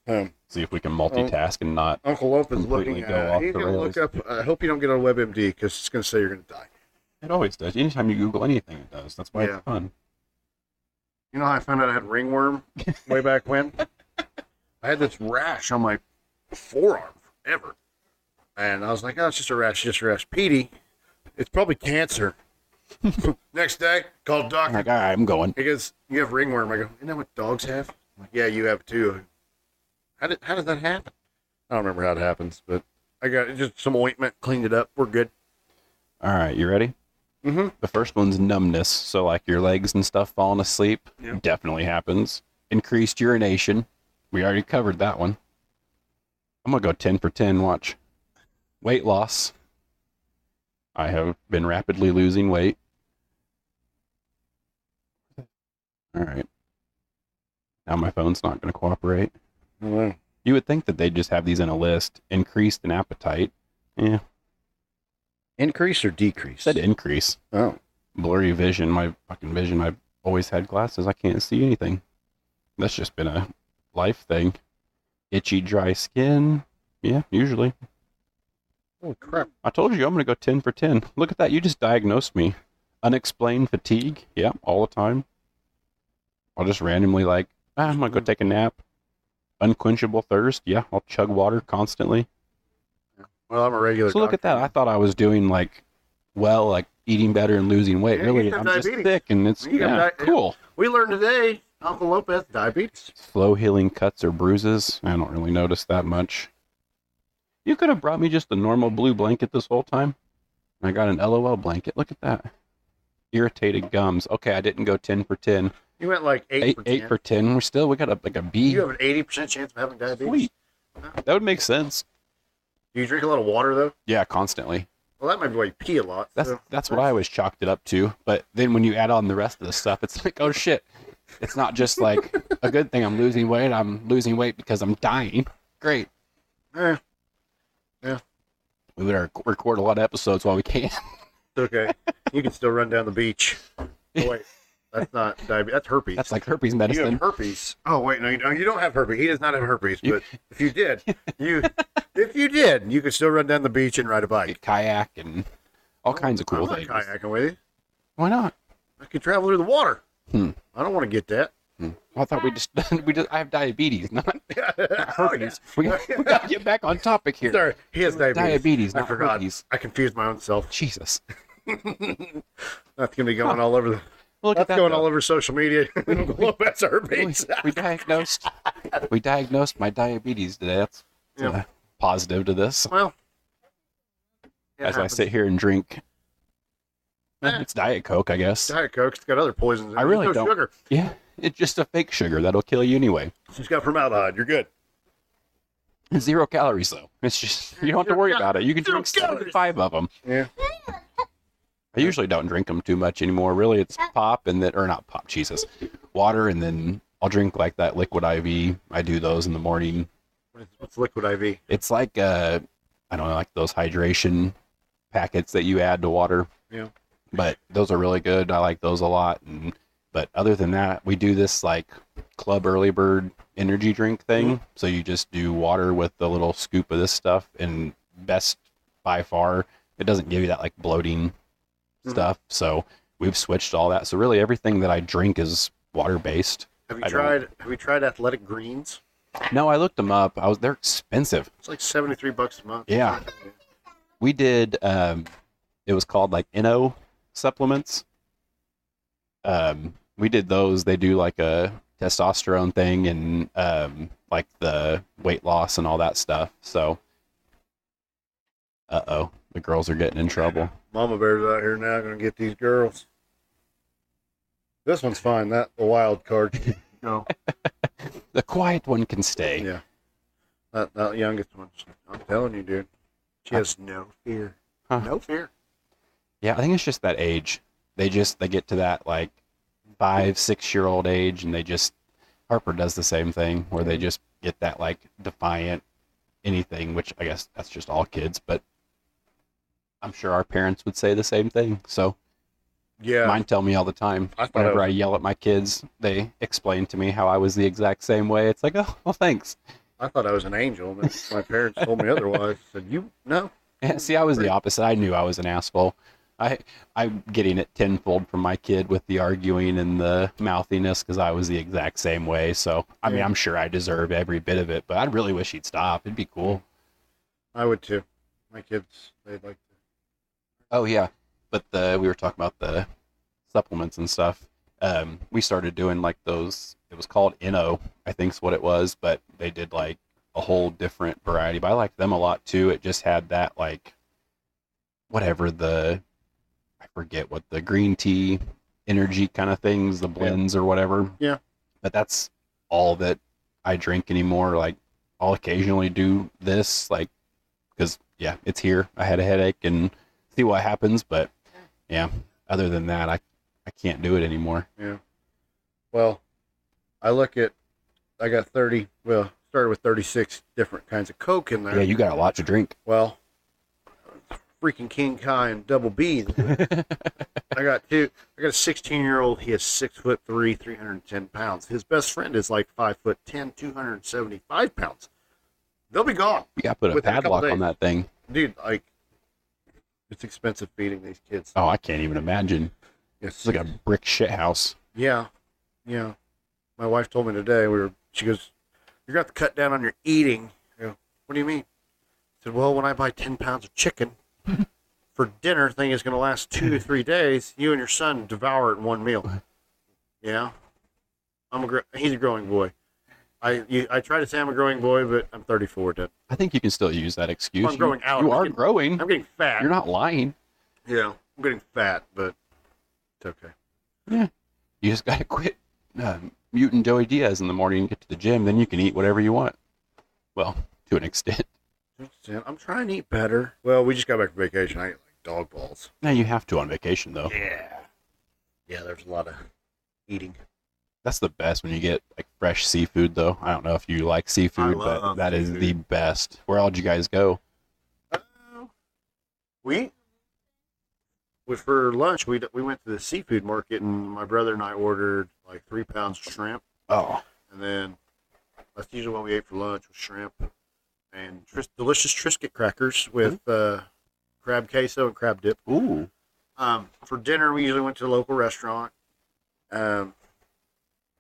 Speaker 3: up.
Speaker 2: Um,
Speaker 3: See if we can multitask and not.
Speaker 2: Uncle Lump is
Speaker 3: Completely
Speaker 2: looking.
Speaker 3: go
Speaker 2: Uh,
Speaker 3: off
Speaker 2: he's
Speaker 3: the
Speaker 2: gonna look up. I hope you don't get on WebMD because it's gonna say you're gonna die.
Speaker 3: It always does. Anytime you Google anything, it does. That's why
Speaker 2: Yeah.
Speaker 3: it's fun.
Speaker 2: You know how I found out I had ringworm way back when? I had this rash on my forearm forever. And I was like, oh, it's just a rash, just a rash. Petey, it's probably cancer. Next day, called
Speaker 3: I'm
Speaker 2: doctor.
Speaker 3: like, all right, I'm going.
Speaker 2: He goes, you have ringworm. I go, isn't that what dogs have? I'm like, yeah, you have too. How did, how did that happen? I don't remember how it happens, but I got just some ointment, cleaned it up. We're good.
Speaker 3: All right, you ready?
Speaker 2: Mm-hmm.
Speaker 3: The first one's numbness. So, like your legs and stuff falling asleep
Speaker 2: Yeah.
Speaker 3: definitely happens. Increased urination. We already covered that one. I'm going to go 10 for 10. Watch. Weight loss. I have been rapidly losing weight. All right. Now my phone's not going to cooperate.
Speaker 2: Mm-hmm.
Speaker 3: You would think that they'd just have these in a list. Increased in appetite. Yeah,
Speaker 2: Increase or decrease?
Speaker 3: said increase.
Speaker 2: Oh.
Speaker 3: blurry vision. My fucking vision. I've always had glasses. I can't see anything. That's just been a life thing. Itchy, dry skin. Yeah, usually.
Speaker 2: Oh, crap.
Speaker 3: I told you I'm gonna go ten for ten. Look at that. You just diagnosed me. Unexplained fatigue. Yeah, all the time. I'll just randomly like, ah, I'm gonna go take a nap. Unquenchable thirst. Yeah, I'll chug water constantly.
Speaker 2: Well, I'm a regular
Speaker 3: So look at
Speaker 2: doctor.
Speaker 3: that. I thought I was doing like well, like eating better and losing weight.
Speaker 2: Yeah, you
Speaker 3: really,
Speaker 2: got
Speaker 3: I'm just
Speaker 2: diabetes.
Speaker 3: thick and it's
Speaker 2: You got di-
Speaker 3: yeah, cool.
Speaker 2: We learned today Uncle Lopez diabetes.
Speaker 3: slow healing cuts or bruises. I don't really notice that much. You could have brought me just a normal blue blanket this whole time. I got an LOL blanket. Look at that. Irritated gums. Okay, I didn't go 10 for 10.
Speaker 2: You went like eight,
Speaker 3: 8,
Speaker 2: for
Speaker 3: 8
Speaker 2: 10.
Speaker 3: for 10. We're still, we got a, like a B.
Speaker 2: You have an eighty percent chance of having diabetes.
Speaker 3: Sweet. That would make sense.
Speaker 2: Do you drink a lot of water though?
Speaker 3: Yeah, constantly.
Speaker 2: Well, that might be why you pee a lot.
Speaker 3: That's
Speaker 2: so-
Speaker 3: that's what I always chalked it up to. But then when you add on the rest of the stuff, it's like, oh shit. It's not just like a good thing I'm losing weight. I'm losing weight because I'm dying. Great.
Speaker 2: Eh,
Speaker 3: We better record a lot of episodes while we can.
Speaker 2: it's okay. you can still run down the beach. Oh, wait, that's not diabetes. That's herpes.
Speaker 3: That's like herpes
Speaker 2: you
Speaker 3: medicine.
Speaker 2: have herpes. Oh wait, no, you don't. You don't have herpes. He does not have herpes.
Speaker 3: You-
Speaker 2: But if you did, you if you did, you could still run down the beach and ride a bike.
Speaker 3: kayak and all kinds of cool
Speaker 2: I'm not
Speaker 3: things.
Speaker 2: kayaking with you.
Speaker 3: Why not?
Speaker 2: I could travel through the water.
Speaker 3: Hmm.
Speaker 2: I don't want to get that.
Speaker 3: Well, I thought we just we just I have diabetes, not
Speaker 2: Oh,
Speaker 3: herpes. we, got, we got to get back on topic here.
Speaker 2: Sorry, he has diabetes.
Speaker 3: Diabetes,
Speaker 2: I
Speaker 3: not
Speaker 2: forgot.
Speaker 3: herpes.
Speaker 2: I confused my own self.
Speaker 3: Jesus,
Speaker 2: That's gonna be going all over. The,
Speaker 3: look
Speaker 2: that's
Speaker 3: at that.
Speaker 2: going
Speaker 3: though.
Speaker 2: all over social media. Lopez herpes.
Speaker 3: We- we diagnosed we diagnosed my diabetes today. That's
Speaker 2: Yeah.
Speaker 3: uh, positive to this.
Speaker 2: Well, it
Speaker 3: As I
Speaker 2: happens.
Speaker 3: sit here and drink, Eh,
Speaker 2: Eh.
Speaker 3: it's Diet Coke, I guess.
Speaker 2: Diet Coke's got other poisons. In
Speaker 3: I
Speaker 2: it.
Speaker 3: really
Speaker 2: There's no
Speaker 3: don't-
Speaker 2: Sugar.
Speaker 3: Yeah, it's just a fake sugar that'll kill you anyway.
Speaker 2: She's got formaldehyde. You're good.
Speaker 3: Zero calories though. It's just you don't have to worry about it. You can
Speaker 2: Zero
Speaker 3: drink seven,
Speaker 2: calories.
Speaker 3: five of them.
Speaker 2: Yeah.
Speaker 3: I usually don't drink them too much anymore. Really, it's pop and then or not pop, Jesus, water, and then I'll drink like that liquid IV. I do those in the morning.
Speaker 2: What is- What's liquid IV?
Speaker 3: It's like uh, I don't know, like those hydration packets that you add to water.
Speaker 2: Yeah.
Speaker 3: But those are really good. I like those a lot. And but other than that, we do this like club early bird energy drink thing. So you just do water with a little scoop of this stuff, and best by far, it doesn't give you that like bloating
Speaker 2: Mhm.
Speaker 3: stuff. So we've switched all that. So really, everything that I drink is water based.
Speaker 2: Have you
Speaker 3: I don't-
Speaker 2: tried? Have you tried Athletic Greens?
Speaker 3: No, I looked them up. I was they're expensive.
Speaker 2: It's like seventy-three bucks a month.
Speaker 3: Yeah. we did um it was called like Inno supplements. Um we did those. They do like a testosterone thing and um like the weight loss and all that stuff. So uh oh, the girls are getting in trouble.
Speaker 2: Mama bear's out here now. Gonna get these girls. This one's fine. That the wild card. no.
Speaker 3: The quiet one can stay.
Speaker 2: Yeah. That that youngest one. I'm telling you, dude. She has no fear.
Speaker 3: Huh.
Speaker 2: No fear.
Speaker 3: Yeah, I think it's just that age. They just they get to that like five, six year old age, and they just Harper does the same thing where they just get that like defiant anything, which I guess that's just all kids, but I'm sure our parents would say the same thing. So
Speaker 2: Yeah.
Speaker 3: mine tell me all the time.
Speaker 2: I thought I
Speaker 3: Whenever
Speaker 2: was-
Speaker 3: I yell at my kids, they explain to me how I was the exact same way. It's like, oh, well, thanks.
Speaker 2: I thought I was an angel, but my parents told me otherwise. Said you no.
Speaker 3: Yeah, See, I was the opposite. I knew I was an asshole. I I'm getting it tenfold from my kid with the arguing and the mouthiness because I was the exact same way. So I mean,
Speaker 2: Yeah.
Speaker 3: I'm sure I deserve every bit of it, but I really wish he'd stop. It'd be cool.
Speaker 2: I would too. My kids, they'd like to.
Speaker 3: Oh yeah, but the we were talking about the supplements and stuff. Um, we started doing like those. It was called Inno, I think's what it was, but they did like a whole different variety. But I liked them a lot too. It just had that like whatever the I forget what the green tea energy kind of things, the blends or whatever.
Speaker 2: Yeah.
Speaker 3: But that's all that I drink anymore. Like I'll occasionally do this, like because yeah, it's here. I had a headache and see what happens. But yeah, other than that, I I can't do it anymore.
Speaker 2: Well, I look at. I got thirty. Well, started with thirty-six different kinds of Coke in there.
Speaker 3: Yeah, you got a lot to drink.
Speaker 2: Well, freaking King Kai and Double B. I got two. I got a 16 year old. He is six foot three, 310 pounds. His best friend is like five foot 10, 275 pounds. They'll be gone,
Speaker 3: You got to put a
Speaker 2: Within a couple
Speaker 3: padlock on
Speaker 2: days.
Speaker 3: that thing.
Speaker 2: dude. Like, it's expensive feeding these kids.
Speaker 3: Oh, I can't even imagine.
Speaker 2: It's
Speaker 3: It's like a brick shit house.
Speaker 2: Yeah, yeah. My wife told me today we were. She goes, "You're gonna have to cut down on your eating." I go, "What do you mean?" I said, "Well, when I buy ten pounds of chicken for dinner, thing is gonna last two to three days. You and your son devour it in one meal." Yeah, I'm a. gr- He's a growing boy. I you, I try to say I'm a growing boy, but I'm 34. Dude.
Speaker 3: I think you can still use that excuse.
Speaker 2: I'm growing
Speaker 3: you,
Speaker 2: out.
Speaker 3: You
Speaker 2: I'm
Speaker 3: are
Speaker 2: getting-
Speaker 3: growing.
Speaker 2: I'm getting fat.
Speaker 3: You're not lying.
Speaker 2: Yeah, I'm getting fat, but it's okay.
Speaker 3: You just gotta quit uh, mutant Joey Diaz in the morning and get to the gym. Then you can eat whatever you want. Well, to an extent.
Speaker 2: I'm trying to eat better. Well, we just got back from vacation. I ate like dog balls.
Speaker 3: Now you have to on vacation though.
Speaker 2: Yeah. Yeah, there's a lot of eating.
Speaker 3: That's the best when you get like fresh seafood though. I don't know if you like seafood, but
Speaker 2: love
Speaker 3: that is the
Speaker 2: seafood.
Speaker 3: best. Where all did you guys go?
Speaker 2: We, we for lunch we d- we went to the seafood market and my brother and I ordered like three pounds of shrimp
Speaker 3: Oh,
Speaker 2: and then that's usually what we ate for lunch was shrimp and tris- delicious Triscuit crackers with uh, crab queso and crab dip.
Speaker 3: ooh.
Speaker 2: Um, for dinner we usually went to a local restaurant. Um,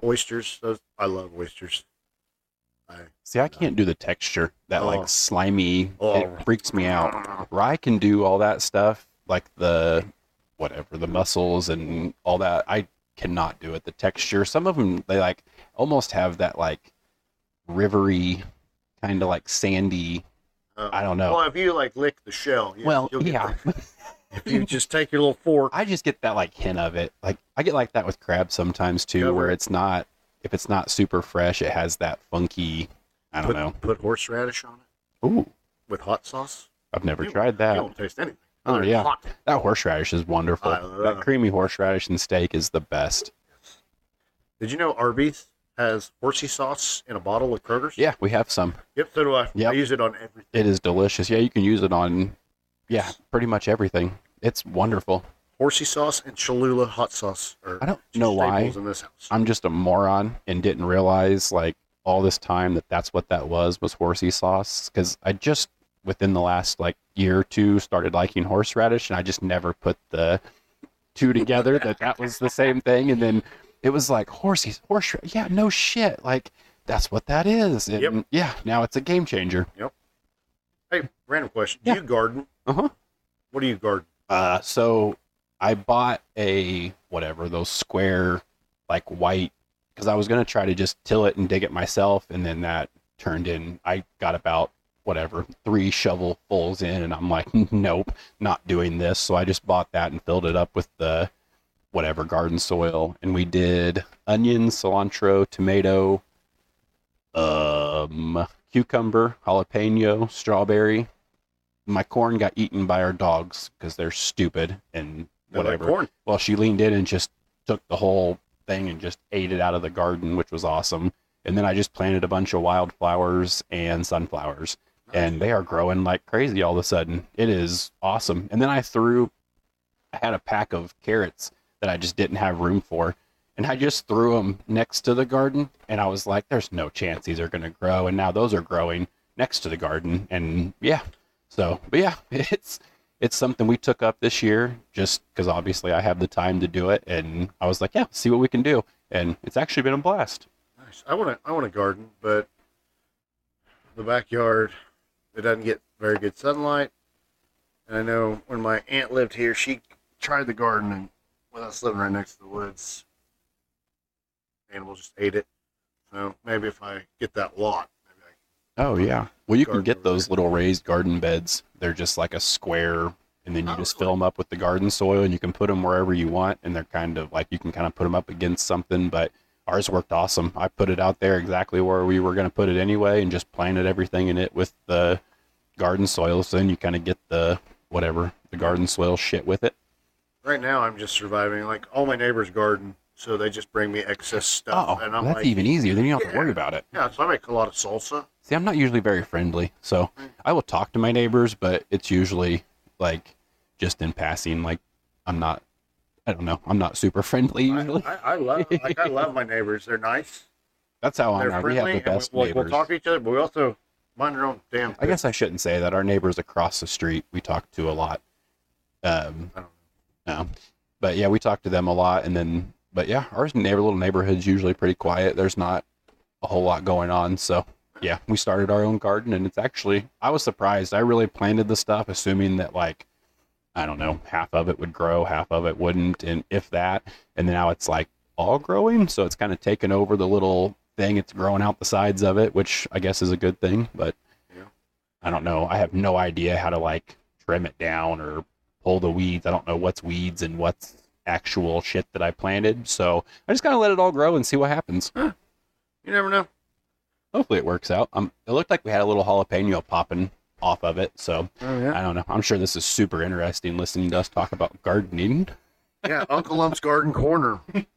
Speaker 2: oysters, those I love oysters. I
Speaker 3: See, I can't do the texture. That
Speaker 2: Oh.
Speaker 3: like slimy,
Speaker 2: Oh.
Speaker 3: it freaks me out. Rye can do all that stuff, like the whatever, the muscles and all that. I cannot do it. The texture. Some of them they like almost have that like rivery, kind of like sandy.
Speaker 2: uh,
Speaker 3: I don't know.
Speaker 2: Well, if you like lick the shell, yeah,
Speaker 3: Oh. well,
Speaker 2: you'll get
Speaker 3: yeah,
Speaker 2: that. if you just take your little fork.
Speaker 3: I just get that like hint of it. Like I get like that with crab sometimes too,
Speaker 2: Yeah,
Speaker 3: where
Speaker 2: right.
Speaker 3: it's not if it's not super fresh, it has that funky I don't
Speaker 2: Put,
Speaker 3: know.
Speaker 2: put horseradish on it
Speaker 3: Ooh,
Speaker 2: with hot sauce.
Speaker 3: I've never
Speaker 2: You-
Speaker 3: tried
Speaker 2: You
Speaker 3: that.
Speaker 2: don't taste anything.
Speaker 3: Oh,
Speaker 2: Other than
Speaker 3: yeah.
Speaker 2: hot.
Speaker 3: That horseradish is wonderful.
Speaker 2: I love
Speaker 3: That
Speaker 2: it.
Speaker 3: creamy horseradish and steak is the best.
Speaker 2: Did you know Arby's has horsey sauce in a bottle at Kroger's?
Speaker 3: Yeah, we have some.
Speaker 2: Yep. So do I.
Speaker 3: Yep.
Speaker 2: I use it on everything.
Speaker 3: It is delicious. Yeah, you can use it on, yeah, pretty much everything. It's wonderful.
Speaker 2: Horsey sauce and Cholula hot sauce. Are
Speaker 3: I don't
Speaker 2: two
Speaker 3: know why.
Speaker 2: staples In this house.
Speaker 3: I'm just a moron and didn't realize like all this time that that's what that was was horsey sauce because I just within the last like year or two started liking horseradish and I just never put the two together that that was the same thing and then it was like horsey horse yeah no shit like that's what that is and
Speaker 2: Yep.
Speaker 3: yeah now it's a game changer
Speaker 2: Hey, random question. Do
Speaker 3: Yeah.
Speaker 2: you garden?
Speaker 3: uh-huh
Speaker 2: What do you garden?
Speaker 3: Uh, so I bought a whatever those square, like white, because I was gonna try to just till it and dig it myself, and then that turned in. I got about whatever three shovelfuls in, and I'm like, nope, not doing this. So I just bought that and filled it up with the whatever garden soil, and we did onion, cilantro, tomato, um, cucumber, jalapeno, strawberry, my corn got eaten by our dogs because they're stupid and
Speaker 2: They're like
Speaker 3: whatever.
Speaker 2: corn.
Speaker 3: well, she leaned in and just took the whole thing and just ate it out of the garden, which was awesome. And then I just planted a bunch of wildflowers and sunflowers, and they are growing like crazy all of a sudden. It is awesome. And then I threw, I had a pack of carrots that I just didn't have room for. And I just threw them next to the garden, and I was like, "There's no chance these are going to grow." And now those are growing next to the garden, and yeah, so, but yeah, it's it's something we took up this year just because obviously I have the time to do it, and I was like, yeah, see what we can do, and it's actually been a blast.
Speaker 2: Nice. I want to. I want to garden, but the backyard it doesn't get very good sunlight. And I know when my aunt lived here, she tried the garden, and with us living right next to the woods, animals just ate it. So maybe if I get that lot, maybe I
Speaker 3: Oh yeah, well you can
Speaker 2: Garden
Speaker 3: get
Speaker 2: over
Speaker 3: those little raised garden beds. They're just like a square, and then you
Speaker 2: Oh,
Speaker 3: just
Speaker 2: cool.
Speaker 3: fill them up with the garden soil, and you can put them wherever you want, and they're kind of like you can kind of put them up against something, but. Ours worked awesome. I put it out there exactly where we were going to put it anyway, and just planted everything in it with the garden soil. So then you kind of get the whatever the garden soil shit with it.
Speaker 2: right now I'm just surviving. Like all my neighbors garden, so they just bring me excess
Speaker 3: Oh,
Speaker 2: stuff, and
Speaker 3: well,
Speaker 2: I'm
Speaker 3: that's
Speaker 2: like,
Speaker 3: even easier. Then you don't have to worry
Speaker 2: Yeah.
Speaker 3: about it.
Speaker 2: yeah. So I make a lot of salsa.
Speaker 3: See, I'm not usually very friendly, so I will talk to my neighbors, but it's usually like just in passing. Like I'm not, I don't know, I'm not super friendly
Speaker 2: I,
Speaker 3: usually.
Speaker 2: I, I love like I love my neighbors. They're nice.
Speaker 3: that's how I'm.
Speaker 2: They're
Speaker 3: at. We
Speaker 2: friendly.
Speaker 3: have the
Speaker 2: and we-
Speaker 3: best
Speaker 2: we'll,
Speaker 3: neighbors.
Speaker 2: we'll talk to each other, but we also mind our own damn.
Speaker 3: I guess I shouldn't say that. Our neighbors across the street, we talk to a lot. Um,
Speaker 2: I don't
Speaker 3: no. but yeah, we talk to them a lot, and then, but yeah, our neighbor little neighborhood's usually pretty quiet. There's not a whole lot going on, so yeah, we started our own garden, and it's actually I was surprised. I really planted the stuff, assuming that like I don't know, half of it would grow, half of it wouldn't, and if that, and then now it's like all growing, so it's kind of taken over the little thing. It's growing out the sides of it, which I guess is a good thing, but I don't know. I have no idea how to like trim it down or pull the weeds. I don't know what's weeds and what's actual shit that I planted. So I just kind of let it all grow and see what happens.
Speaker 2: You never know.
Speaker 3: Hopefully it works out. Um, it looked like we had a little jalapeno popping off of it. So
Speaker 2: Oh, yeah.
Speaker 3: I don't know. I'm sure this is super interesting listening to us talk about gardening.
Speaker 2: yeah, Uncle Lump's Garden Corner.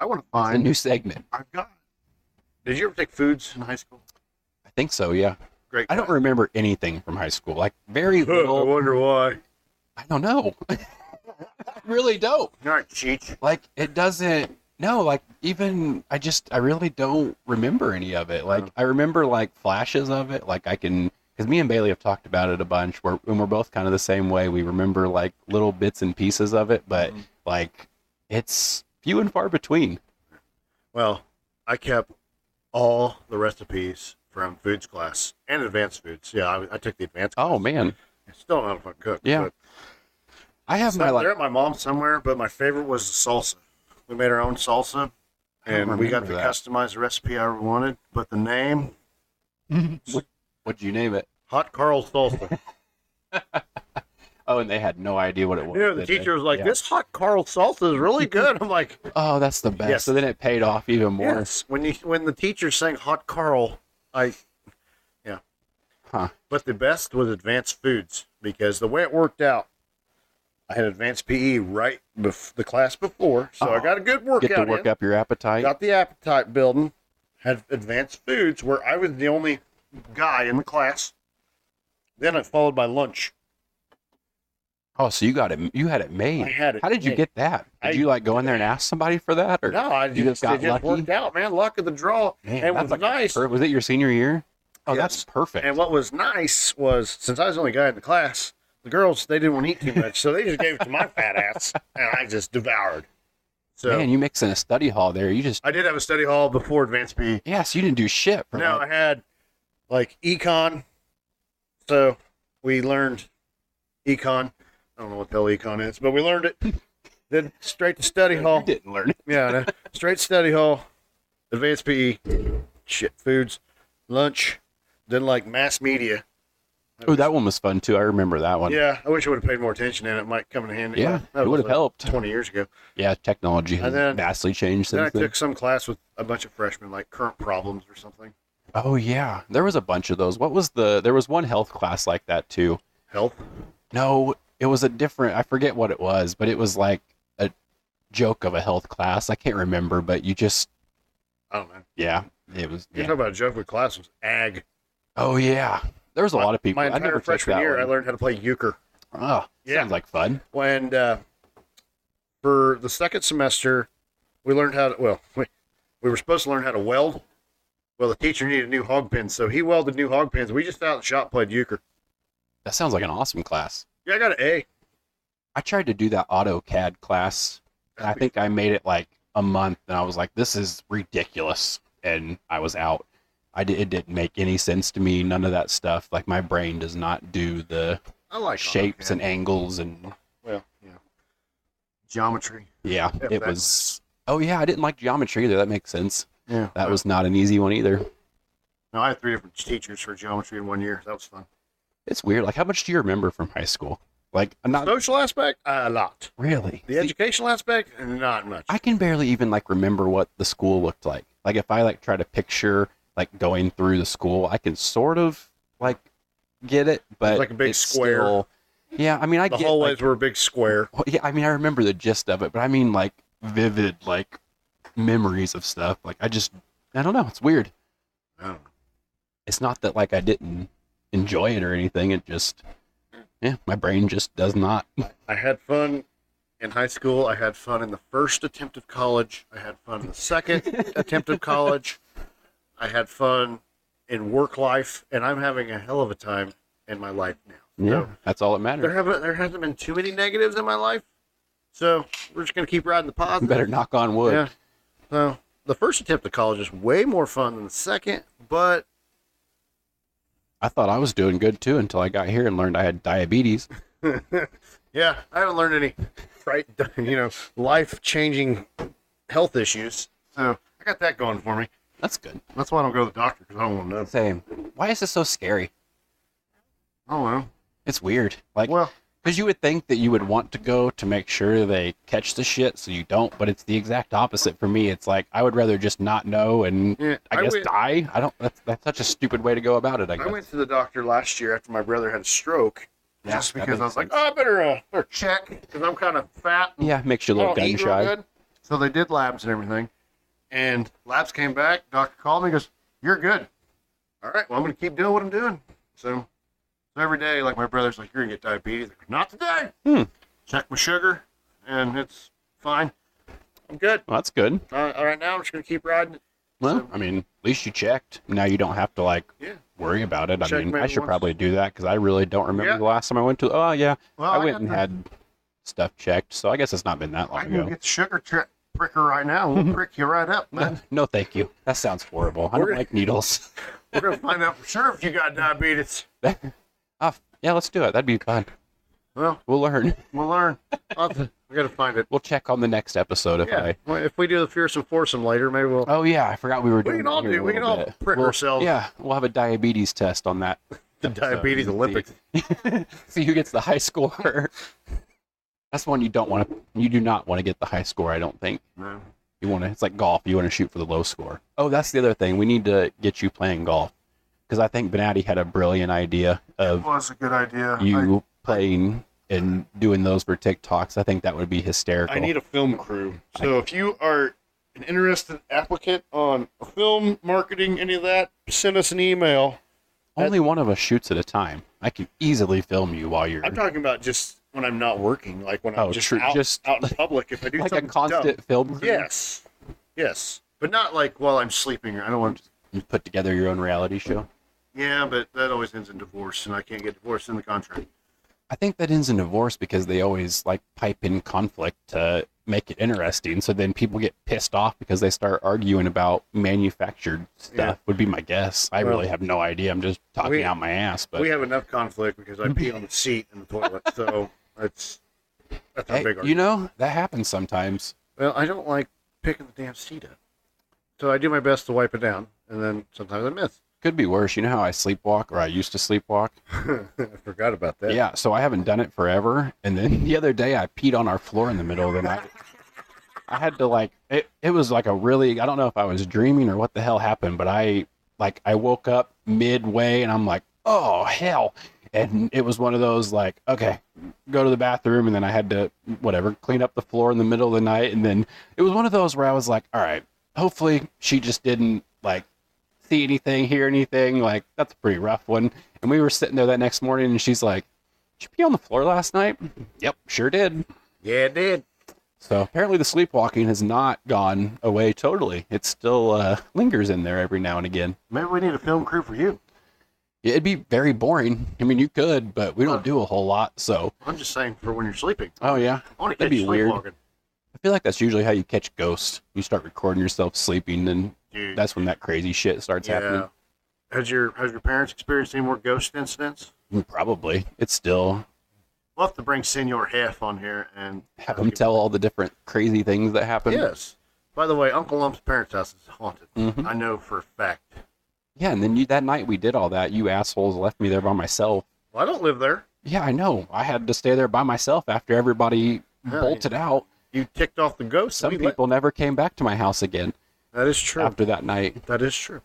Speaker 2: I want to
Speaker 3: It's a
Speaker 2: find.
Speaker 3: new segment.
Speaker 2: I've got. Did you ever take foods in high school?
Speaker 3: I think so. Yeah.
Speaker 2: Great.
Speaker 3: I don't
Speaker 2: class.
Speaker 3: remember anything from high school. Like very
Speaker 2: I
Speaker 3: little.
Speaker 2: wonder why.
Speaker 3: I don't know. really don't.
Speaker 2: All right, Cheech.
Speaker 3: like it doesn't no like even i just i really don't remember any of it like
Speaker 2: Oh.
Speaker 3: i remember like flashes of it like i can because me and bailey have talked about it a bunch we're, and we're both kind of the same way we remember like little bits and pieces of it but
Speaker 2: Mhm.
Speaker 3: like it's few and far between
Speaker 2: Well, I kept all the recipes from foods class and advanced foods. Yeah, I, I took the advanced. Class.
Speaker 3: oh man
Speaker 2: I still don't know if I cook.
Speaker 3: Yeah.
Speaker 2: but-
Speaker 3: i have
Speaker 2: So
Speaker 3: my like
Speaker 2: they're at my mom's somewhere, but my favorite was the salsa. We made our own salsa,
Speaker 3: I don't
Speaker 2: and we got to
Speaker 3: remember that.
Speaker 2: customize the recipe I wanted. But the name,
Speaker 3: what, what'd you name it
Speaker 2: Hot Carl Salsa.
Speaker 3: oh show, and they had no idea what it was.
Speaker 2: You know, the
Speaker 3: did they?
Speaker 2: teacher was like,
Speaker 3: Yeah.
Speaker 2: "This hot Carl salsa is really good." I'm like,
Speaker 3: Oh, that's the best.
Speaker 2: Yes.
Speaker 3: So then it paid off even more.
Speaker 2: "Yes." When you when the teacher sang "Hot Carl," I
Speaker 3: Huh.
Speaker 2: But the best was advanced foods because the way it worked out, I had advanced PE right bef- the class before, so I
Speaker 3: Oh.
Speaker 2: got a good workout.
Speaker 3: Get to
Speaker 2: in,
Speaker 3: work up your appetite.
Speaker 2: Got the appetite building. Had advanced foods where I was the only guy in the class. Then I followed by lunch.
Speaker 3: Oh, so you got it. You had it made.
Speaker 2: I had it
Speaker 3: How did you
Speaker 2: made.
Speaker 3: get that? Did
Speaker 2: I-
Speaker 3: you like go in there and ask somebody for that, or
Speaker 2: No, I
Speaker 3: you
Speaker 2: just,
Speaker 3: just got
Speaker 2: it just
Speaker 3: lucky?
Speaker 2: worked out, man. Luck of the draw.
Speaker 3: Man,
Speaker 2: and it
Speaker 3: that's
Speaker 2: was
Speaker 3: like
Speaker 2: nice.
Speaker 3: per- was it your senior year? Oh, that's
Speaker 2: Yes.
Speaker 3: perfect.
Speaker 2: And what was nice was since I was the only guy in the class, the girls they didn't want to eat too much, so they just gave it to my fat ass, and I just devoured. So
Speaker 3: Man, you mixing a study hall there. You just
Speaker 2: I did have a study hall before advanced PE.
Speaker 3: yes, you didn't do shit. For
Speaker 2: Now
Speaker 3: that.
Speaker 2: I had like econ, so we learned econ. I don't know what the hell econ is, but we learned it. then straight to study
Speaker 3: you
Speaker 2: hall.
Speaker 3: didn't learn it.
Speaker 2: Yeah, I know. straight study hall, advanced PE, shit foods, lunch, then like mass media.
Speaker 3: Oh, that one was fun too. I remember that one.
Speaker 2: Yeah, I wish I would have paid more attention, and it might come in handy.
Speaker 3: Yeah,
Speaker 2: That
Speaker 3: it
Speaker 2: was,
Speaker 3: would've
Speaker 2: like,
Speaker 3: helped.
Speaker 2: Twenty years ago.
Speaker 3: Yeah, technology has
Speaker 2: And then-
Speaker 3: vastly changed
Speaker 2: then I
Speaker 3: since then.
Speaker 2: took some class with a bunch of freshmen, like current problems or something.
Speaker 3: Oh yeah, there was a bunch of those. What was the? There was one health class like that too.
Speaker 2: Health.
Speaker 3: No, it was a different. I forget what it was, but it was like a joke of a health class. I can't remember, but you just
Speaker 2: I don't know.
Speaker 3: yeah, it was.
Speaker 2: You're
Speaker 3: yeah.
Speaker 2: talking about a joke with class was ag.
Speaker 3: Oh yeah, there was a lot of people.
Speaker 2: My
Speaker 3: I never
Speaker 2: entire
Speaker 3: took
Speaker 2: freshman
Speaker 3: that
Speaker 2: year, I
Speaker 3: one.
Speaker 2: learned how to play euchre.
Speaker 3: Oh,
Speaker 2: Yeah.
Speaker 3: sounds like fun.
Speaker 2: And uh, for the second semester, we learned how to. Well, we, we were supposed to learn how to weld. Well, the teacher needed new hog pins, so he welded new hog pins. We just out in the shop played euchre.
Speaker 3: That sounds like an awesome class.
Speaker 2: Yeah, I got an A.
Speaker 3: I tried to do that AutoCAD class, and I think I made it like a month, and I was like, "This is ridiculous," and I was out. I did, it didn't make any sense to me. None of that stuff. Like my brain does not do the
Speaker 2: I like oh,
Speaker 3: shapes
Speaker 2: AutoCAD.
Speaker 3: and angles and
Speaker 2: well, yeah, geometry.
Speaker 3: yeah.
Speaker 2: Yeah,
Speaker 3: It
Speaker 2: that
Speaker 3: was. Oh yeah, I didn't like geometry either. That makes sense.
Speaker 2: Yeah,
Speaker 3: That was not an easy one either.
Speaker 2: No, I had three different teachers for geometry in one year. That was fun.
Speaker 3: It's weird. Like, how much do you remember from high school? Like, not
Speaker 2: Social aspect, a lot.
Speaker 3: really.
Speaker 2: The
Speaker 3: See,
Speaker 2: educational aspect, not much.
Speaker 3: I can barely even like remember what the school looked like. Like if I like try to picture like going through the school, I can sort of like get it, but
Speaker 2: like a big
Speaker 3: it's
Speaker 2: square.
Speaker 3: still- yeah, I mean, I
Speaker 2: the
Speaker 3: get
Speaker 2: hallways
Speaker 3: like,
Speaker 2: were a big square.
Speaker 3: well, yeah, I mean, I remember the gist of it, but I mean like vivid like memories of stuff. Like I just, I don't know, it's weird.
Speaker 2: I don't know.
Speaker 3: It's not that like I didn't enjoy it or anything. It just, yeah, my brain just does not.
Speaker 2: I had fun in high school. I had fun in the first attempt of college. I had fun in the second attempt of college. I had fun in work life, and I'm having a hell of a time in my life now.
Speaker 3: Yeah, that's all that
Speaker 2: There
Speaker 3: matters.
Speaker 2: haven't there hasn't been too many negatives in my life, so we're just gonna keep riding the positive.
Speaker 3: Better knock on wood.
Speaker 2: Yeah. So the first attempt at college is way more fun than the second, but
Speaker 3: I thought I was doing good too until I got here and learned I had diabetes.
Speaker 2: yeah, I haven't learned any right, you know, life changing health issues. So I got that going for me.
Speaker 3: That's good.
Speaker 2: That's why I don't go to the doctor because I don't want to know.
Speaker 3: Same. Why is this so scary?
Speaker 2: I don't know.
Speaker 3: It's weird. Like,
Speaker 2: Oh, Well,
Speaker 3: because you would think that you would want to go to make sure they catch the shit, so you don't. But it's the exact opposite for me. It's like I would rather just not know and
Speaker 2: Yeah,
Speaker 3: I,
Speaker 2: I
Speaker 3: guess
Speaker 2: went-
Speaker 3: die. I don't. That's that's such a stupid way to go about it. I guess.
Speaker 2: I went to the doctor last year after my brother had a stroke.
Speaker 3: Yeah,
Speaker 2: just
Speaker 3: that
Speaker 2: because I was
Speaker 3: makes
Speaker 2: like,
Speaker 3: sense.
Speaker 2: oh, I better, uh, better check because I'm kind of fat. and
Speaker 3: yeah, makes you a little
Speaker 2: I don't
Speaker 3: gun
Speaker 2: eat real
Speaker 3: shy.
Speaker 2: good. So they did labs and everything. And labs came back. Doctor called me and goes, You're good. All right, well, I'm going to keep doing what I'm doing. So, so every day, like my brother's like, You're going to get diabetes. I go, Not today.
Speaker 3: Hmm.
Speaker 2: Check my sugar, and it's fine. I'm good.
Speaker 3: Well, that's good.
Speaker 2: Uh, all right, now I'm just going to keep riding. it.
Speaker 3: Well,
Speaker 2: So-
Speaker 3: I mean, at least you checked. Now you don't have to like
Speaker 2: Yeah.
Speaker 3: worry about it. I
Speaker 2: Check
Speaker 3: mean,
Speaker 2: maybe
Speaker 3: I should
Speaker 2: once.
Speaker 3: probably do that because I really don't remember
Speaker 2: Yeah.
Speaker 3: the last time I went to. Oh yeah,
Speaker 2: Well,
Speaker 3: I went
Speaker 2: got
Speaker 3: and
Speaker 2: the-
Speaker 3: had stuff checked, so I guess it's not been that long
Speaker 2: I
Speaker 3: ago.
Speaker 2: can get the sugar tri- pricker right now. We'll prick you right up, man.
Speaker 3: No, thank you. That sounds horrible. I
Speaker 2: We're
Speaker 3: don't
Speaker 2: gonna-
Speaker 3: like needles.
Speaker 2: We're going to find out for sure if you got diabetes.
Speaker 3: Ah, yeah, let's do it. That'd be fun.
Speaker 2: Well,
Speaker 3: We'll learn.
Speaker 2: we'll learn. I'll have to- I got to find it.
Speaker 3: We'll check on the next episode if
Speaker 2: Yeah.
Speaker 3: I.
Speaker 2: Well, if we do the fearsome foursome later, maybe we'll.
Speaker 3: Oh yeah, I forgot we were
Speaker 2: We
Speaker 3: doing.
Speaker 2: can
Speaker 3: that
Speaker 2: all
Speaker 3: here
Speaker 2: do-
Speaker 3: a
Speaker 2: we can
Speaker 3: little
Speaker 2: all
Speaker 3: bit.
Speaker 2: prick
Speaker 3: We'll-
Speaker 2: ourselves.
Speaker 3: Yeah, we'll have a diabetes test on that.
Speaker 2: The
Speaker 3: episode
Speaker 2: diabetes
Speaker 3: and
Speaker 2: Olympics.
Speaker 3: See, see who gets the high score. That's one you don't want to. You do not want to get the high score. I don't think
Speaker 2: No.
Speaker 3: you want to. It's like golf. You want to shoot for the low score. Oh, that's the other thing. We need to get you playing golf because I think Benatti had a brilliant idea of
Speaker 2: was a good idea.
Speaker 3: you playing and doing those for TikToks. I think that would be hysterical.
Speaker 2: I need a film crew. So if you are an interested applicant on film marketing, any of that, send us an email.
Speaker 3: Only one of us shoots at a time. I can easily film you while you're
Speaker 2: I'm talking about just when I'm not working, like when
Speaker 3: Oh,
Speaker 2: I'm just,
Speaker 3: true,
Speaker 2: out,
Speaker 3: just
Speaker 2: out in public. If I do
Speaker 3: like a
Speaker 2: something
Speaker 3: constant
Speaker 2: dumb.
Speaker 3: film crew.
Speaker 2: Yes, yes, but not like while I'm sleeping. I don't want. to...
Speaker 3: You put together your own reality show.
Speaker 2: Yeah, but that always ends in divorce, and I can't get divorced in the contract.
Speaker 3: I think that ends in divorce because they always like pipe in conflict to make it interesting. So then people get pissed off because they start arguing about manufactured stuff.
Speaker 2: Yeah.
Speaker 3: Would be my guess. I
Speaker 2: Well,
Speaker 3: really have no idea. I'm just talking
Speaker 2: we-
Speaker 3: out my ass. But
Speaker 2: we have enough conflict because I pee on the seat in the toilet, so that's that's our
Speaker 3: Hey,
Speaker 2: big argument.
Speaker 3: you know that happens sometimes.
Speaker 2: Well, I don't like picking the damn seat up. So I do my best to wipe it down, and then sometimes I miss.
Speaker 3: Could be worse. You know how I sleepwalk, or I used to sleepwalk.
Speaker 2: I forgot about that.
Speaker 3: Yeah, so I haven't done it forever. And then the other day, I peed on our floor in the middle of the night. I had to like it. It was like a really I don't know if I was dreaming or what the hell happened, but I like I woke up midway and I'm like, oh hell, and it was one of those like okay, go to the bathroom, and then I had to whatever clean up the floor in the middle of the night, and then it was one of those where I was like, all right, hopefully she just didn't like see anything, hear anything. Like that's a pretty rough one. And we were sitting there that next morning, and she's like, "Did you pee on the floor last night?" Yep, sure did.
Speaker 2: Yeah, it did.
Speaker 3: So apparently, the sleepwalking has not gone away totally. It still uh, lingers in there every now and again.
Speaker 2: Maybe we need a film crew for you.
Speaker 3: It'd be very boring. I mean, you could, but we don't do a whole lot. So,
Speaker 2: I'm just saying for when you're sleeping.
Speaker 3: oh yeah,
Speaker 2: I want to
Speaker 3: That'd
Speaker 2: catch
Speaker 3: be weird.
Speaker 2: sleepwalking.
Speaker 3: I feel like that's usually how you catch ghosts. You start recording yourself sleeping, and
Speaker 2: Dude,
Speaker 3: that's when that crazy shit starts
Speaker 2: yeah.
Speaker 3: happening.
Speaker 2: Has your has your parents experienced any more ghost incidents?
Speaker 3: Mm, Probably. It's still
Speaker 2: We'll have to bring Senor Hef on here and
Speaker 3: have them tell all the different crazy things that happen.
Speaker 2: Yes. By the way, Uncle Lump's parents' house is haunted.
Speaker 3: Mhm.
Speaker 2: I know for a fact.
Speaker 3: Yeah, and then you that night we did all that. You assholes left me there by myself.
Speaker 2: Well, I don't live there.
Speaker 3: Yeah, I know. I had to stay there by myself after everybody
Speaker 2: Yeah,
Speaker 3: bolted out.
Speaker 2: You ticked off the ghost.
Speaker 3: Some
Speaker 2: we let-
Speaker 3: people never came back to my house again
Speaker 2: That is true.
Speaker 3: after that night.
Speaker 2: That is true.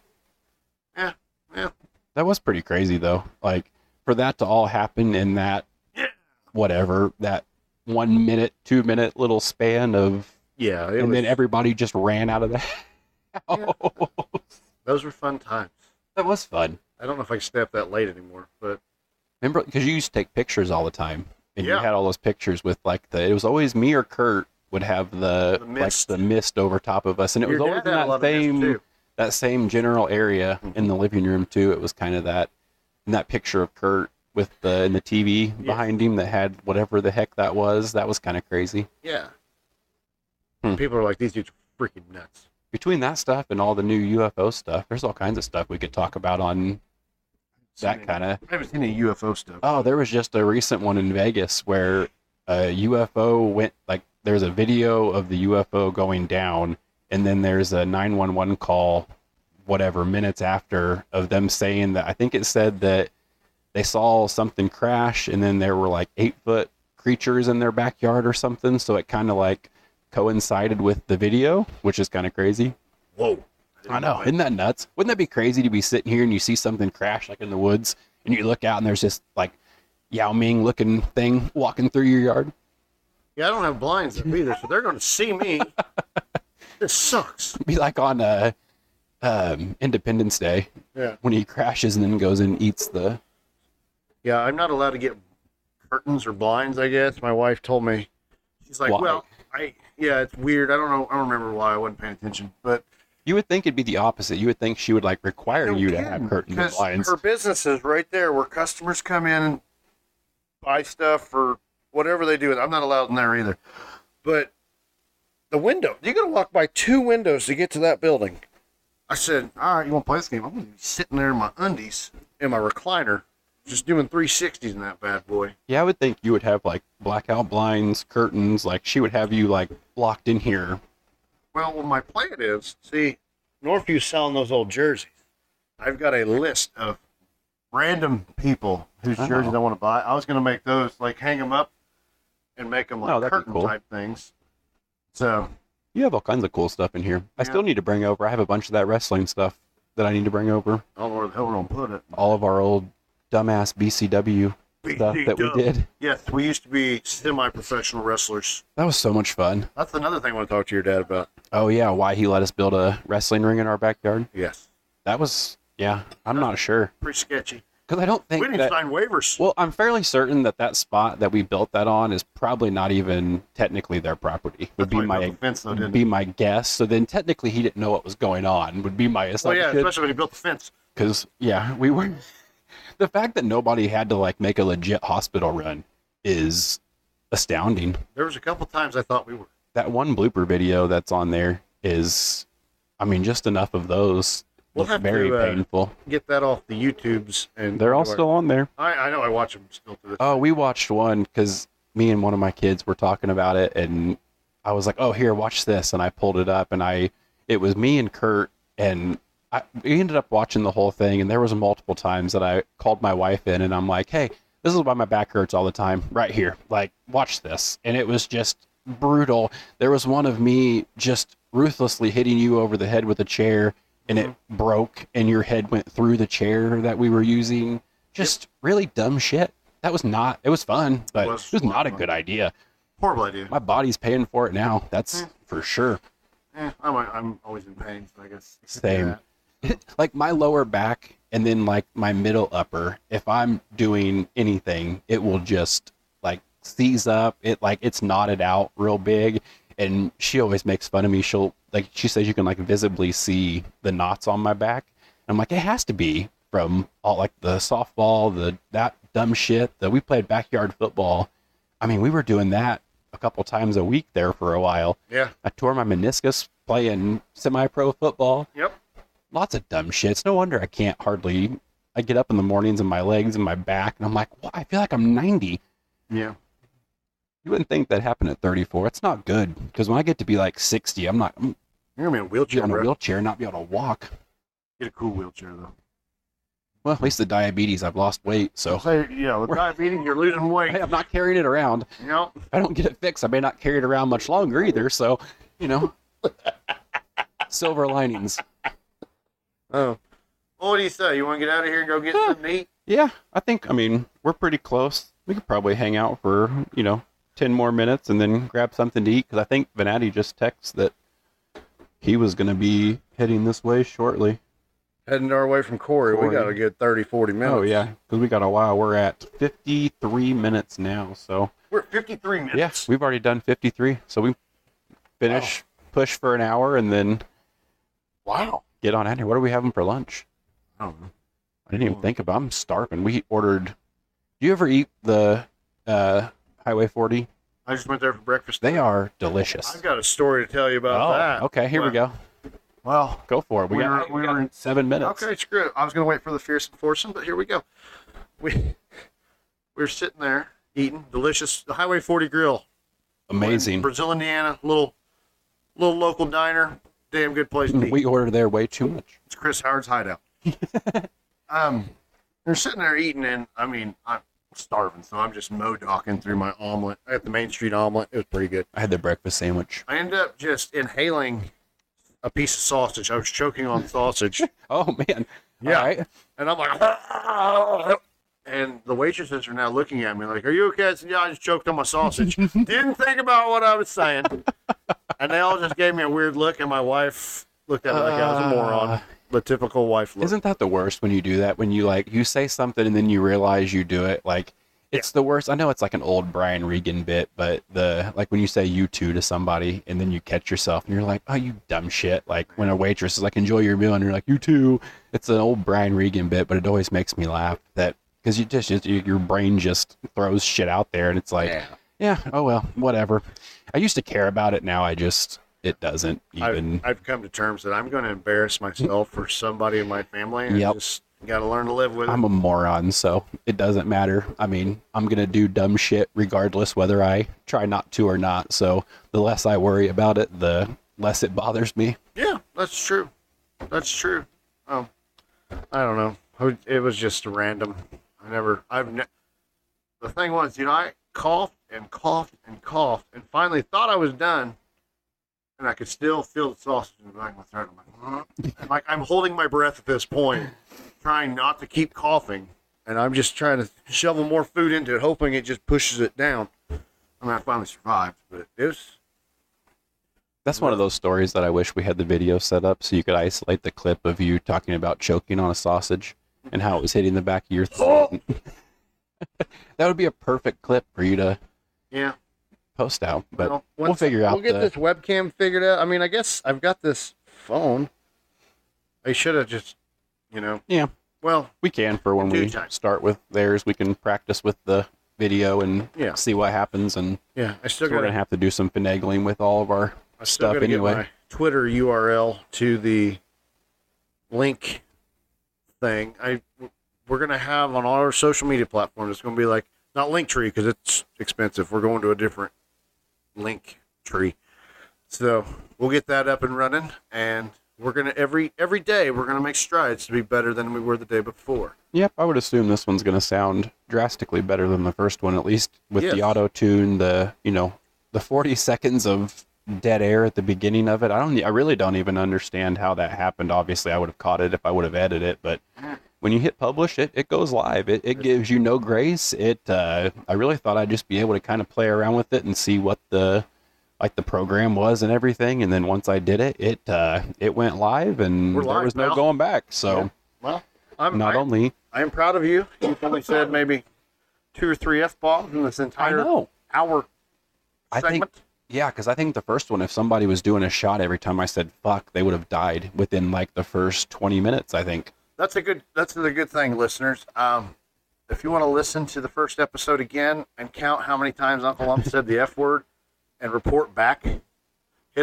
Speaker 2: Yeah. Yeah.
Speaker 3: That was pretty crazy though. Like for that to all happen in that
Speaker 2: Yeah.
Speaker 3: whatever that one minute, two minute little span of,
Speaker 2: Yeah. It
Speaker 3: and
Speaker 2: was,
Speaker 3: then everybody just ran out of that.
Speaker 2: Yeah. those were fun times.
Speaker 3: that was fun.
Speaker 2: I don't know if I can stay up that late anymore, but
Speaker 3: Remember, because you used to take pictures all the time, and you
Speaker 2: Yeah.
Speaker 3: had all those pictures with like the. It was always me or Kurt would have the,
Speaker 2: The
Speaker 3: like
Speaker 2: mist.
Speaker 3: the mist over top of us, and it
Speaker 2: your
Speaker 3: was always
Speaker 2: dad
Speaker 3: in
Speaker 2: had a lot
Speaker 3: that
Speaker 2: of those,
Speaker 3: same
Speaker 2: too.
Speaker 3: that same general area in the living room too. It was kind of that, and that picture of Kurt with the and the TV behind him that had whatever the heck that was. That was kind of crazy.
Speaker 2: Yeah.
Speaker 3: Hmm.
Speaker 2: People are like these dudes are freaking nuts.
Speaker 3: Between that stuff and all the new UFO stuff, there's all kinds of stuff we could talk about on that kind of
Speaker 2: I haven't seen any UFO stuff.
Speaker 3: Oh, there was just a recent one in Vegas where a UFO went like there's a video of the UFO going down, and then there's a 911 call, whatever minutes after of them saying that I think it said that they saw something crash, and then there were like eight foot creatures in their backyard or something. So it kind of like coincided with the video, which is kind of crazy.
Speaker 2: Whoa.
Speaker 3: I know. Isn't that nuts? Wouldn't that be crazy to be sitting here and you see something crash like in the woods and you look out and there's this like Yao Ming looking thing walking through your yard?
Speaker 2: Yeah, I don't have blinds up either, so they're going to see me. this sucks.
Speaker 3: It'd be like on uh, um, Independence Day
Speaker 2: Yeah.
Speaker 3: when he crashes and then goes and eats the.
Speaker 2: Yeah, I'm not allowed to get curtains or blinds. I guess my wife told me. She's like,
Speaker 3: Why?
Speaker 2: well, I yeah, it's weird. I don't know. I don't remember why I wasn't paying attention, but
Speaker 3: You would think it'd be the opposite. You would think she would like require
Speaker 2: No
Speaker 3: you to
Speaker 2: kidding,
Speaker 3: have curtains and
Speaker 2: because
Speaker 3: blinds.
Speaker 2: Her business is right there where customers come in and buy stuff or whatever they do. I'm not allowed in there either. But the window, you got to walk by two windows to get to that building. I said, All right, you want to play this game? I'm going to be sitting there in my undies in my recliner, just doing 360s in that bad boy.
Speaker 3: Yeah, I would think you would have like blackout blinds, curtains. Like she would have you like locked in here.
Speaker 2: Well, well my plan is see, Northview's selling those old jerseys. I've got a list of random people whose
Speaker 3: Oh.
Speaker 2: jerseys I want to buy. I was going to make those like hang them up and make them like
Speaker 3: Oh, that'd be
Speaker 2: curtain
Speaker 3: cool.
Speaker 2: type things. So
Speaker 3: You have all kinds of cool stuff in here. I
Speaker 2: Yeah.
Speaker 3: still need to bring over. I have a bunch of that wrestling stuff that I need to bring over.
Speaker 2: I don't know where the hell we're going to put it.
Speaker 3: All of our old dumbass BCW stuff that we did.
Speaker 2: Yes, we used to be semi-professional wrestlers.
Speaker 3: That was so much fun.
Speaker 2: That's another thing I want to talk to your dad about.
Speaker 3: Oh yeah, why he let us build a wrestling ring in our backyard?
Speaker 2: Yes,
Speaker 3: That was yeah. I'm not sure
Speaker 2: pretty sketchy.
Speaker 3: because I don't
Speaker 2: We
Speaker 3: think
Speaker 2: didn't
Speaker 3: that.
Speaker 2: sign waivers.
Speaker 3: Well, I'm fairly certain that that spot that we built that on is probably not even technically their property.
Speaker 2: That's
Speaker 3: Would be
Speaker 2: why he built
Speaker 3: my
Speaker 2: the fence, though, didn't
Speaker 3: be my guess. So then technically he didn't know what was going on. Would be my
Speaker 2: Oh yeah,
Speaker 3: assumption.
Speaker 2: especially when he built the fence.
Speaker 3: Because yeah, we were. The fact that nobody had to like make a legit hospital run is astounding.
Speaker 2: There was a couple times I thought we were.
Speaker 3: That one blooper video that's on there is, I mean, just enough of those.
Speaker 2: We'll
Speaker 3: look
Speaker 2: have
Speaker 3: very
Speaker 2: to, uh,
Speaker 3: painful.
Speaker 2: Get that off the YouTubes and
Speaker 3: They're all still on there.
Speaker 2: I, I know I watch them still to this.
Speaker 3: Oh, we watched one because me and one of my kids were talking about it, and I was like, "Oh, here, watch this," and I pulled it up, and I it was me and Kurt, and I we ended up watching the whole thing, and there was multiple times that I called my wife in, and I'm like, "Hey, this is why my back hurts all the time, right here. Like, watch this," and it was just brutal. There was one of me just ruthlessly hitting you over the head with a chair. And it broke, and your head went through the chair that we were using. Just really dumb shit that was not it was fun but it was,
Speaker 2: was a lot
Speaker 3: not a
Speaker 2: of fun.
Speaker 3: good idea
Speaker 2: Horrible idea.
Speaker 3: my body's paying for it now that's for sure
Speaker 2: Eh, I'm, I'm always in pain, so I guess.
Speaker 3: same
Speaker 2: Yeah.
Speaker 3: like my lower back and then like my middle upper if i'm doing anything it will just like seize up it like it's knotted out real big and she always makes fun of me she'll like she says you can like visibly see the knots on my back i'm like it has to be from all like the softball the that dumb shit that we played backyard football i mean we were doing that a couple times a week there for a while
Speaker 2: Yeah.
Speaker 3: i tore my meniscus playing semi-pro football
Speaker 2: Yep.
Speaker 3: lots of dumb shit. It's no wonder I can't hardly. I get up in the mornings and my legs and my back, and I'm like, "Why? I feel like I'm 90.
Speaker 2: Yeah.
Speaker 3: You wouldn't think that happened at 34. It's not good because when I get to be like 60, I'm not I'm
Speaker 2: You're gonna be in a
Speaker 3: be
Speaker 2: wheelchair,
Speaker 3: on a
Speaker 2: bro.
Speaker 3: wheelchair, and not be able to walk.
Speaker 2: Get a cool wheelchair though.
Speaker 3: Well, at least the diabetes, I've lost weight, so
Speaker 2: So yeah, with
Speaker 3: We're-
Speaker 2: diabetes, you're losing weight.
Speaker 3: hey, I'm not carrying it around.
Speaker 2: You know,
Speaker 3: If I don't get it fixed, I may not carry it around much longer either. So, you know, silver linings.
Speaker 2: Oh. Well, what do you say? You want to get out of here and go get
Speaker 3: Huh.
Speaker 2: some meat?
Speaker 3: Yeah, I think I mean we're pretty close. We could probably hang out for you know ten more minutes and then grab something to eat because I think Venati just texts that he was going to be heading this way shortly.
Speaker 2: Heading our way from Corey,
Speaker 3: Corey.
Speaker 2: we got a good 30, 40 minutes.
Speaker 3: Oh yeah, because we got a while. We're at fifty-three minutes now, so
Speaker 2: We're at 53 minutes.
Speaker 3: yes, we've already done fifty-three. So we finish push for an hour and then
Speaker 2: Wow.
Speaker 3: get on out here. What are we having for lunch?
Speaker 2: I don't know.
Speaker 3: I didn't even think about. I'm starving. We ordered. Do you ever eat the uh, Highway 40?
Speaker 2: I just went there for breakfast.
Speaker 3: They are delicious.
Speaker 2: I've got a story to tell you about
Speaker 3: Oh,
Speaker 2: that.
Speaker 3: okay. Here we go.
Speaker 2: Well,
Speaker 3: Go for it. We,
Speaker 2: We
Speaker 3: got,
Speaker 2: were- we
Speaker 3: we got
Speaker 2: were in-
Speaker 3: seven minutes.
Speaker 2: okay, screw it. I was going to wait for the fearsome foursome, but here we go. We, we were sitting there eating delicious the Highway 40 grill. In
Speaker 3: Amazing.
Speaker 2: Brazil, Indiana. Little, little local diner. Damn good place to eat.
Speaker 3: Mm, We order there way too much.
Speaker 2: It's Chris Howard's hideout. um, they're sitting there eating, and I mean, I'm starving, so I'm just modocking through my omelet. I got the Main Street omelet; it was pretty good.
Speaker 3: I had the breakfast sandwich.
Speaker 2: I end up just inhaling a piece of sausage. I was choking on sausage,
Speaker 3: Oh man.
Speaker 2: Yeah.
Speaker 3: All right.
Speaker 2: and I'm like, and the waitresses are now looking at me like, "Are you okay?" I said, "Yeah, I just choked on my sausage. Didn't think about what I was saying." And they all just gave me a weird look, and my wife looked at me like I was a moron. The typical wife look.
Speaker 3: Uh. Isn't that the worst when you do that? When you like you say something and then you realize you do it. Like it's the worst. I know it's like an old Brian Regan bit, but the like when you say you two to somebody and then you catch yourself and you're like, oh, you dumb shit. Like when a waitress is like, enjoy your meal, and you're like, you too. It's an old Brian Regan bit, but it always makes me laugh. That because you just just- your brain just throws shit out there, and it's like, yeah. oh well, whatever. I used to care about it. Now I just it doesn't even.
Speaker 2: I've, I've come to terms that I'm going to embarrass myself for somebody in my family. And
Speaker 3: Yep.
Speaker 2: just got to learn to live with it.
Speaker 3: I'm a moron, so it doesn't matter. I mean, I'm gonna do dumb shit regardless whether I try not to or not. So the less I worry about it, the less it bothers me.
Speaker 2: yeah, that's true. That's true. Um, I don't know. I would- It was just random. I never. I've. Ne- the thing was, you know, I coughed and coughed and coughed, and finally thought I was done, and I could still feel the sausage in the back of my throat. I'm like, "Huh?" And, like I'm holding my breath at this point, trying not to keep coughing, and I'm just trying to shovel more food into it, hoping it just pushes it down. I mean, I finally survived, but it was.
Speaker 3: That's one of those stories that I wish we had the video set up so you could isolate the clip of you talking about choking on a sausage and how it was hitting the back of your throat. that would be a perfect clip for you to
Speaker 2: Yeah.
Speaker 3: post out, but
Speaker 2: Well,
Speaker 3: we'll
Speaker 2: once-
Speaker 3: figure out
Speaker 2: We'll get
Speaker 3: the-
Speaker 2: this webcam figured out. I mean, I guess I've got this phone. I should have just, you know.
Speaker 3: Yeah.
Speaker 2: Well,
Speaker 3: we can for when
Speaker 2: Two
Speaker 3: we
Speaker 2: times.
Speaker 3: start with theirs. We can practice with the video and
Speaker 2: Yeah.
Speaker 3: see what happens. And
Speaker 2: yeah, I
Speaker 3: so
Speaker 2: still
Speaker 3: we're
Speaker 2: got
Speaker 3: gonna have to do some finagling with all of our
Speaker 2: I still
Speaker 3: stuff
Speaker 2: gotta get
Speaker 3: anyway.
Speaker 2: my Twitter URL to the link thing. I we're gonna have on all our social media platforms. It's gonna be like not Linktree because it's expensive. We're going to a different link tree. So we'll get that up and running, and we're gonna every every day we're gonna make strides to be better than we were the day before.
Speaker 3: Yep, I would assume this one's going to sound drastically better than the first one, at least with the
Speaker 2: Yes.
Speaker 3: auto tune. The you know the forty seconds of dead air at the beginning of it. I don't. I really don't even understand how that happened. Obviously, I would have caught it if I would have edited it. But when you hit publish, it it goes live. It it gives you no grace. It. Uh, I really thought I'd just be able to kind of play around with it and see what the like the program was and everything. And then once I did it, it uh, it went live and
Speaker 2: We're
Speaker 3: there
Speaker 2: live
Speaker 3: was no
Speaker 2: now.
Speaker 3: going back. So
Speaker 2: Well, I'm
Speaker 3: not
Speaker 2: I,
Speaker 3: only
Speaker 2: I am proud of you. You've only said maybe two or three f bombs in this
Speaker 3: I
Speaker 2: entire
Speaker 3: know.
Speaker 2: hour
Speaker 3: I think,
Speaker 2: segment.
Speaker 3: yeah, because I think the first one, if somebody was doing a shot every time I said fuck, they would have died within like the first 20 minutes, I think.
Speaker 2: that's a good that's a good thing listeners um if you want to listen to the first episode again and count how many times uncle lump said the f word and report back hit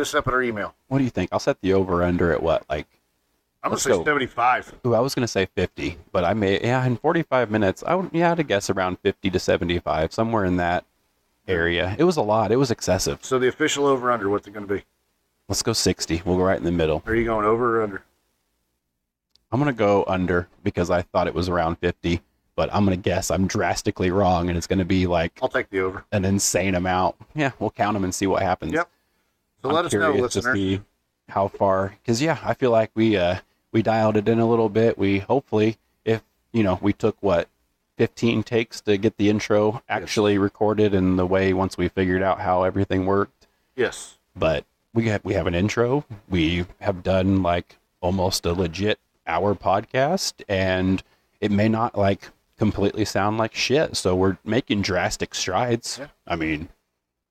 Speaker 2: us up at our email
Speaker 3: What do you think? I'll set the over under at what? Like,
Speaker 2: i'm
Speaker 3: Let's
Speaker 2: gonna
Speaker 3: go.
Speaker 2: say 75
Speaker 3: ooh, I was going to say 50, but I may, yeah, in 45 minutes, I would, yeah, I'd guess around 50 to 75, somewhere in that area. It was a lot. It was excessive.
Speaker 2: so the official over under what's it gonna be
Speaker 3: Let's go 60. We'll go right in the middle.
Speaker 2: are you going over or under
Speaker 3: I'm going to go under because I thought it was around 50, but I'm going to guess I'm drastically wrong and it's going to be like
Speaker 2: i'll take the over
Speaker 3: an insane amount. Yeah, we'll count them and see what happens.
Speaker 2: Yep. so
Speaker 3: I'm
Speaker 2: let us know
Speaker 3: curious
Speaker 2: listeners
Speaker 3: To see how far? Because yeah, I feel like we uh we dialed it in a little bit. We hopefully, if you know, we took what fifteen takes to get the intro actually recorded and the way once we figured out how everything worked.
Speaker 2: yes
Speaker 3: But we have we have an intro. We have done like almost a legit hour podcast, and it may not like completely sound like shit. So we're making drastic strides.
Speaker 2: Yeah.
Speaker 3: I mean,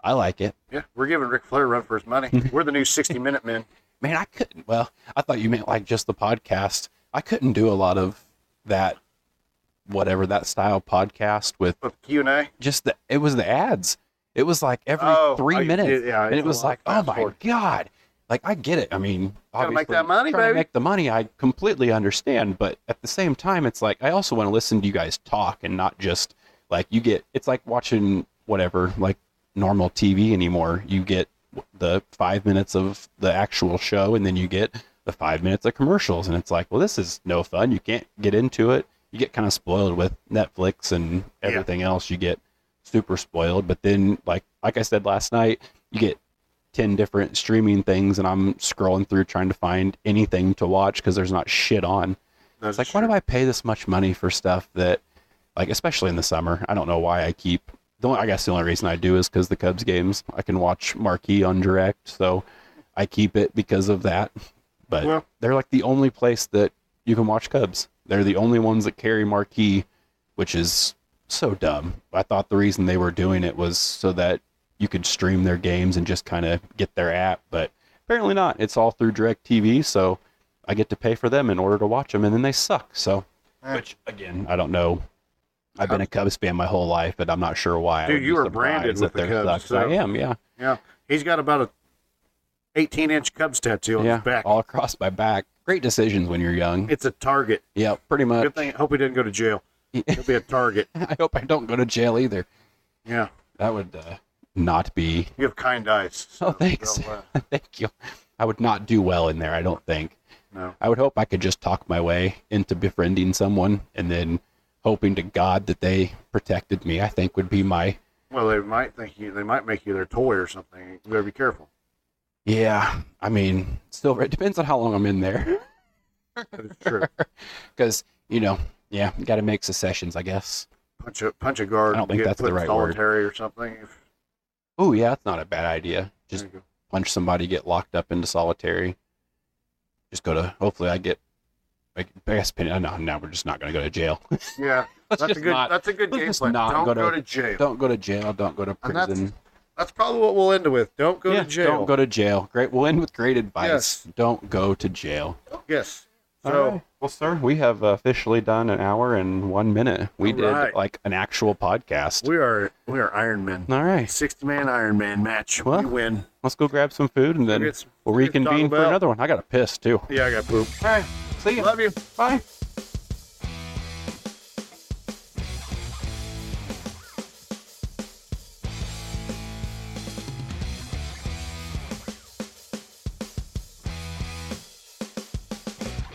Speaker 3: I like it.
Speaker 2: yeah we're giving rick flair a run for his money we're the new 60 minute men
Speaker 3: man, I couldn't. Well, I thought you meant like just the podcast. I couldn't do a lot of that, whatever that style podcast with
Speaker 2: with q and a
Speaker 3: just the. It was the ads. It was like every
Speaker 2: Oh,
Speaker 3: three
Speaker 2: I-
Speaker 3: minutes,
Speaker 2: yeah,
Speaker 3: and
Speaker 2: it's
Speaker 3: it
Speaker 2: a lot
Speaker 3: was like,
Speaker 2: of
Speaker 3: oh
Speaker 2: fast
Speaker 3: my
Speaker 2: forward.
Speaker 3: god, like I get it. I mean,
Speaker 2: Gotta make
Speaker 3: obviously,
Speaker 2: that money,
Speaker 3: trying to
Speaker 2: baby.
Speaker 3: make the money. I completely understand, but at the same time, it's like I also want to listen to you guys talk and not just like you get. It's like watching whatever, like normal TV anymore. You get the five minutes of the actual show, and then you get the five minutes of commercials, and it's like, well, this is no fun. You can't get into it. You get kind of spoiled with Netflix and
Speaker 2: Yeah.
Speaker 3: everything else. You get super spoiled, but then like like I said last night, you get 10 different streaming things and I'm scrolling through trying to find anything to watch because there's not shit on. It's like, why do I pay this much money for stuff that, like, especially in the summer? I don't know why I keep. The only, I guess the only reason I do is because the Cubs games. I can watch Marquee on direct, so I keep it because of that. But
Speaker 2: Well-
Speaker 3: they're like the only place that you can watch Cubs. They're the only ones that carry Marquee, which is so dumb. I thought the reason they were doing it was so that you could stream their games and just kind of get their app, but apparently not. It's all through direct TV, so I get to pay for them in order to watch them, and then they suck. So,
Speaker 2: Eh.
Speaker 3: which again, I don't know. I've been a Cubs fan my whole life, but I'm not sure why. I
Speaker 2: Dude,
Speaker 3: would be
Speaker 2: you were branded
Speaker 3: surprised
Speaker 2: with
Speaker 3: that
Speaker 2: the
Speaker 3: they're
Speaker 2: Cubs,
Speaker 3: sucks. I
Speaker 2: so-
Speaker 3: am, yeah,
Speaker 2: yeah he's got about a 18 inch cubs tattoo on
Speaker 3: yeah,
Speaker 2: his back
Speaker 3: all across my back. Great decisions when you're young.
Speaker 2: it's a target
Speaker 3: yeah, pretty much.
Speaker 2: Good thing. Hope he didn't go to jail.
Speaker 3: Yeah.
Speaker 2: He'll be a target.
Speaker 3: I hope I don't go to jail either.
Speaker 2: Yeah.
Speaker 3: That would uh, not be.
Speaker 2: You have kind eyes.
Speaker 3: Oh, thanks.
Speaker 2: they'll, uh,
Speaker 3: Thank you. I would not do well in there. I don't think.
Speaker 2: No.
Speaker 3: I would hope I could just talk my way into befriending someone and then hoping to God that they protected me, I think would be my
Speaker 2: Well, they might think you. They might make you their toy or something. You better be careful.
Speaker 3: yeah. I mean, still, it depends on how long I'm in there,
Speaker 2: That is true.
Speaker 3: because you know, yeah, got to make secessions, I guess.
Speaker 2: punch a punch a guard.
Speaker 3: I don't
Speaker 2: and
Speaker 3: think
Speaker 2: get
Speaker 3: that's the
Speaker 2: put in
Speaker 3: right word.
Speaker 2: solitary or something. If,
Speaker 3: Oh yeah, that's not a bad idea. Just
Speaker 2: there you go.
Speaker 3: punch somebody, get locked up into solitary. Just go to. Hopefully, I get. I guess. No, no, now we're just not going to go to jail.
Speaker 2: yeah,
Speaker 3: Let's
Speaker 2: that's a
Speaker 3: just
Speaker 2: good.
Speaker 3: not-
Speaker 2: that's a good
Speaker 3: let's
Speaker 2: game
Speaker 3: just
Speaker 2: plan.
Speaker 3: not
Speaker 2: Don't
Speaker 3: go
Speaker 2: go
Speaker 3: to-
Speaker 2: to, jail.
Speaker 3: Don't go to jail. Don't go to
Speaker 2: And that's-
Speaker 3: prison.
Speaker 2: That's probably what we'll end it with. Don't go
Speaker 3: Yeah,
Speaker 2: to jail.
Speaker 3: Don't go to jail. Great. We'll end with great advice.
Speaker 2: Yes.
Speaker 3: Don't go to jail.
Speaker 2: Yes.
Speaker 3: All
Speaker 2: So
Speaker 3: right. well, sir, we have officially done an hour and one minute. We
Speaker 2: All
Speaker 3: did
Speaker 2: right.
Speaker 3: like an actual podcast.
Speaker 2: we are we are Iron Men.
Speaker 3: All right,
Speaker 2: Sixty man Iron Man match.
Speaker 3: Well,
Speaker 2: we win.
Speaker 3: let's go grab some food and then
Speaker 2: Let's-
Speaker 3: we'll
Speaker 2: let's get Taco
Speaker 3: reconvene for
Speaker 2: Bell.
Speaker 3: another one. I got a piss too.
Speaker 2: Yeah, I got poop.
Speaker 3: All right, see you.
Speaker 2: Love you.
Speaker 3: Bye.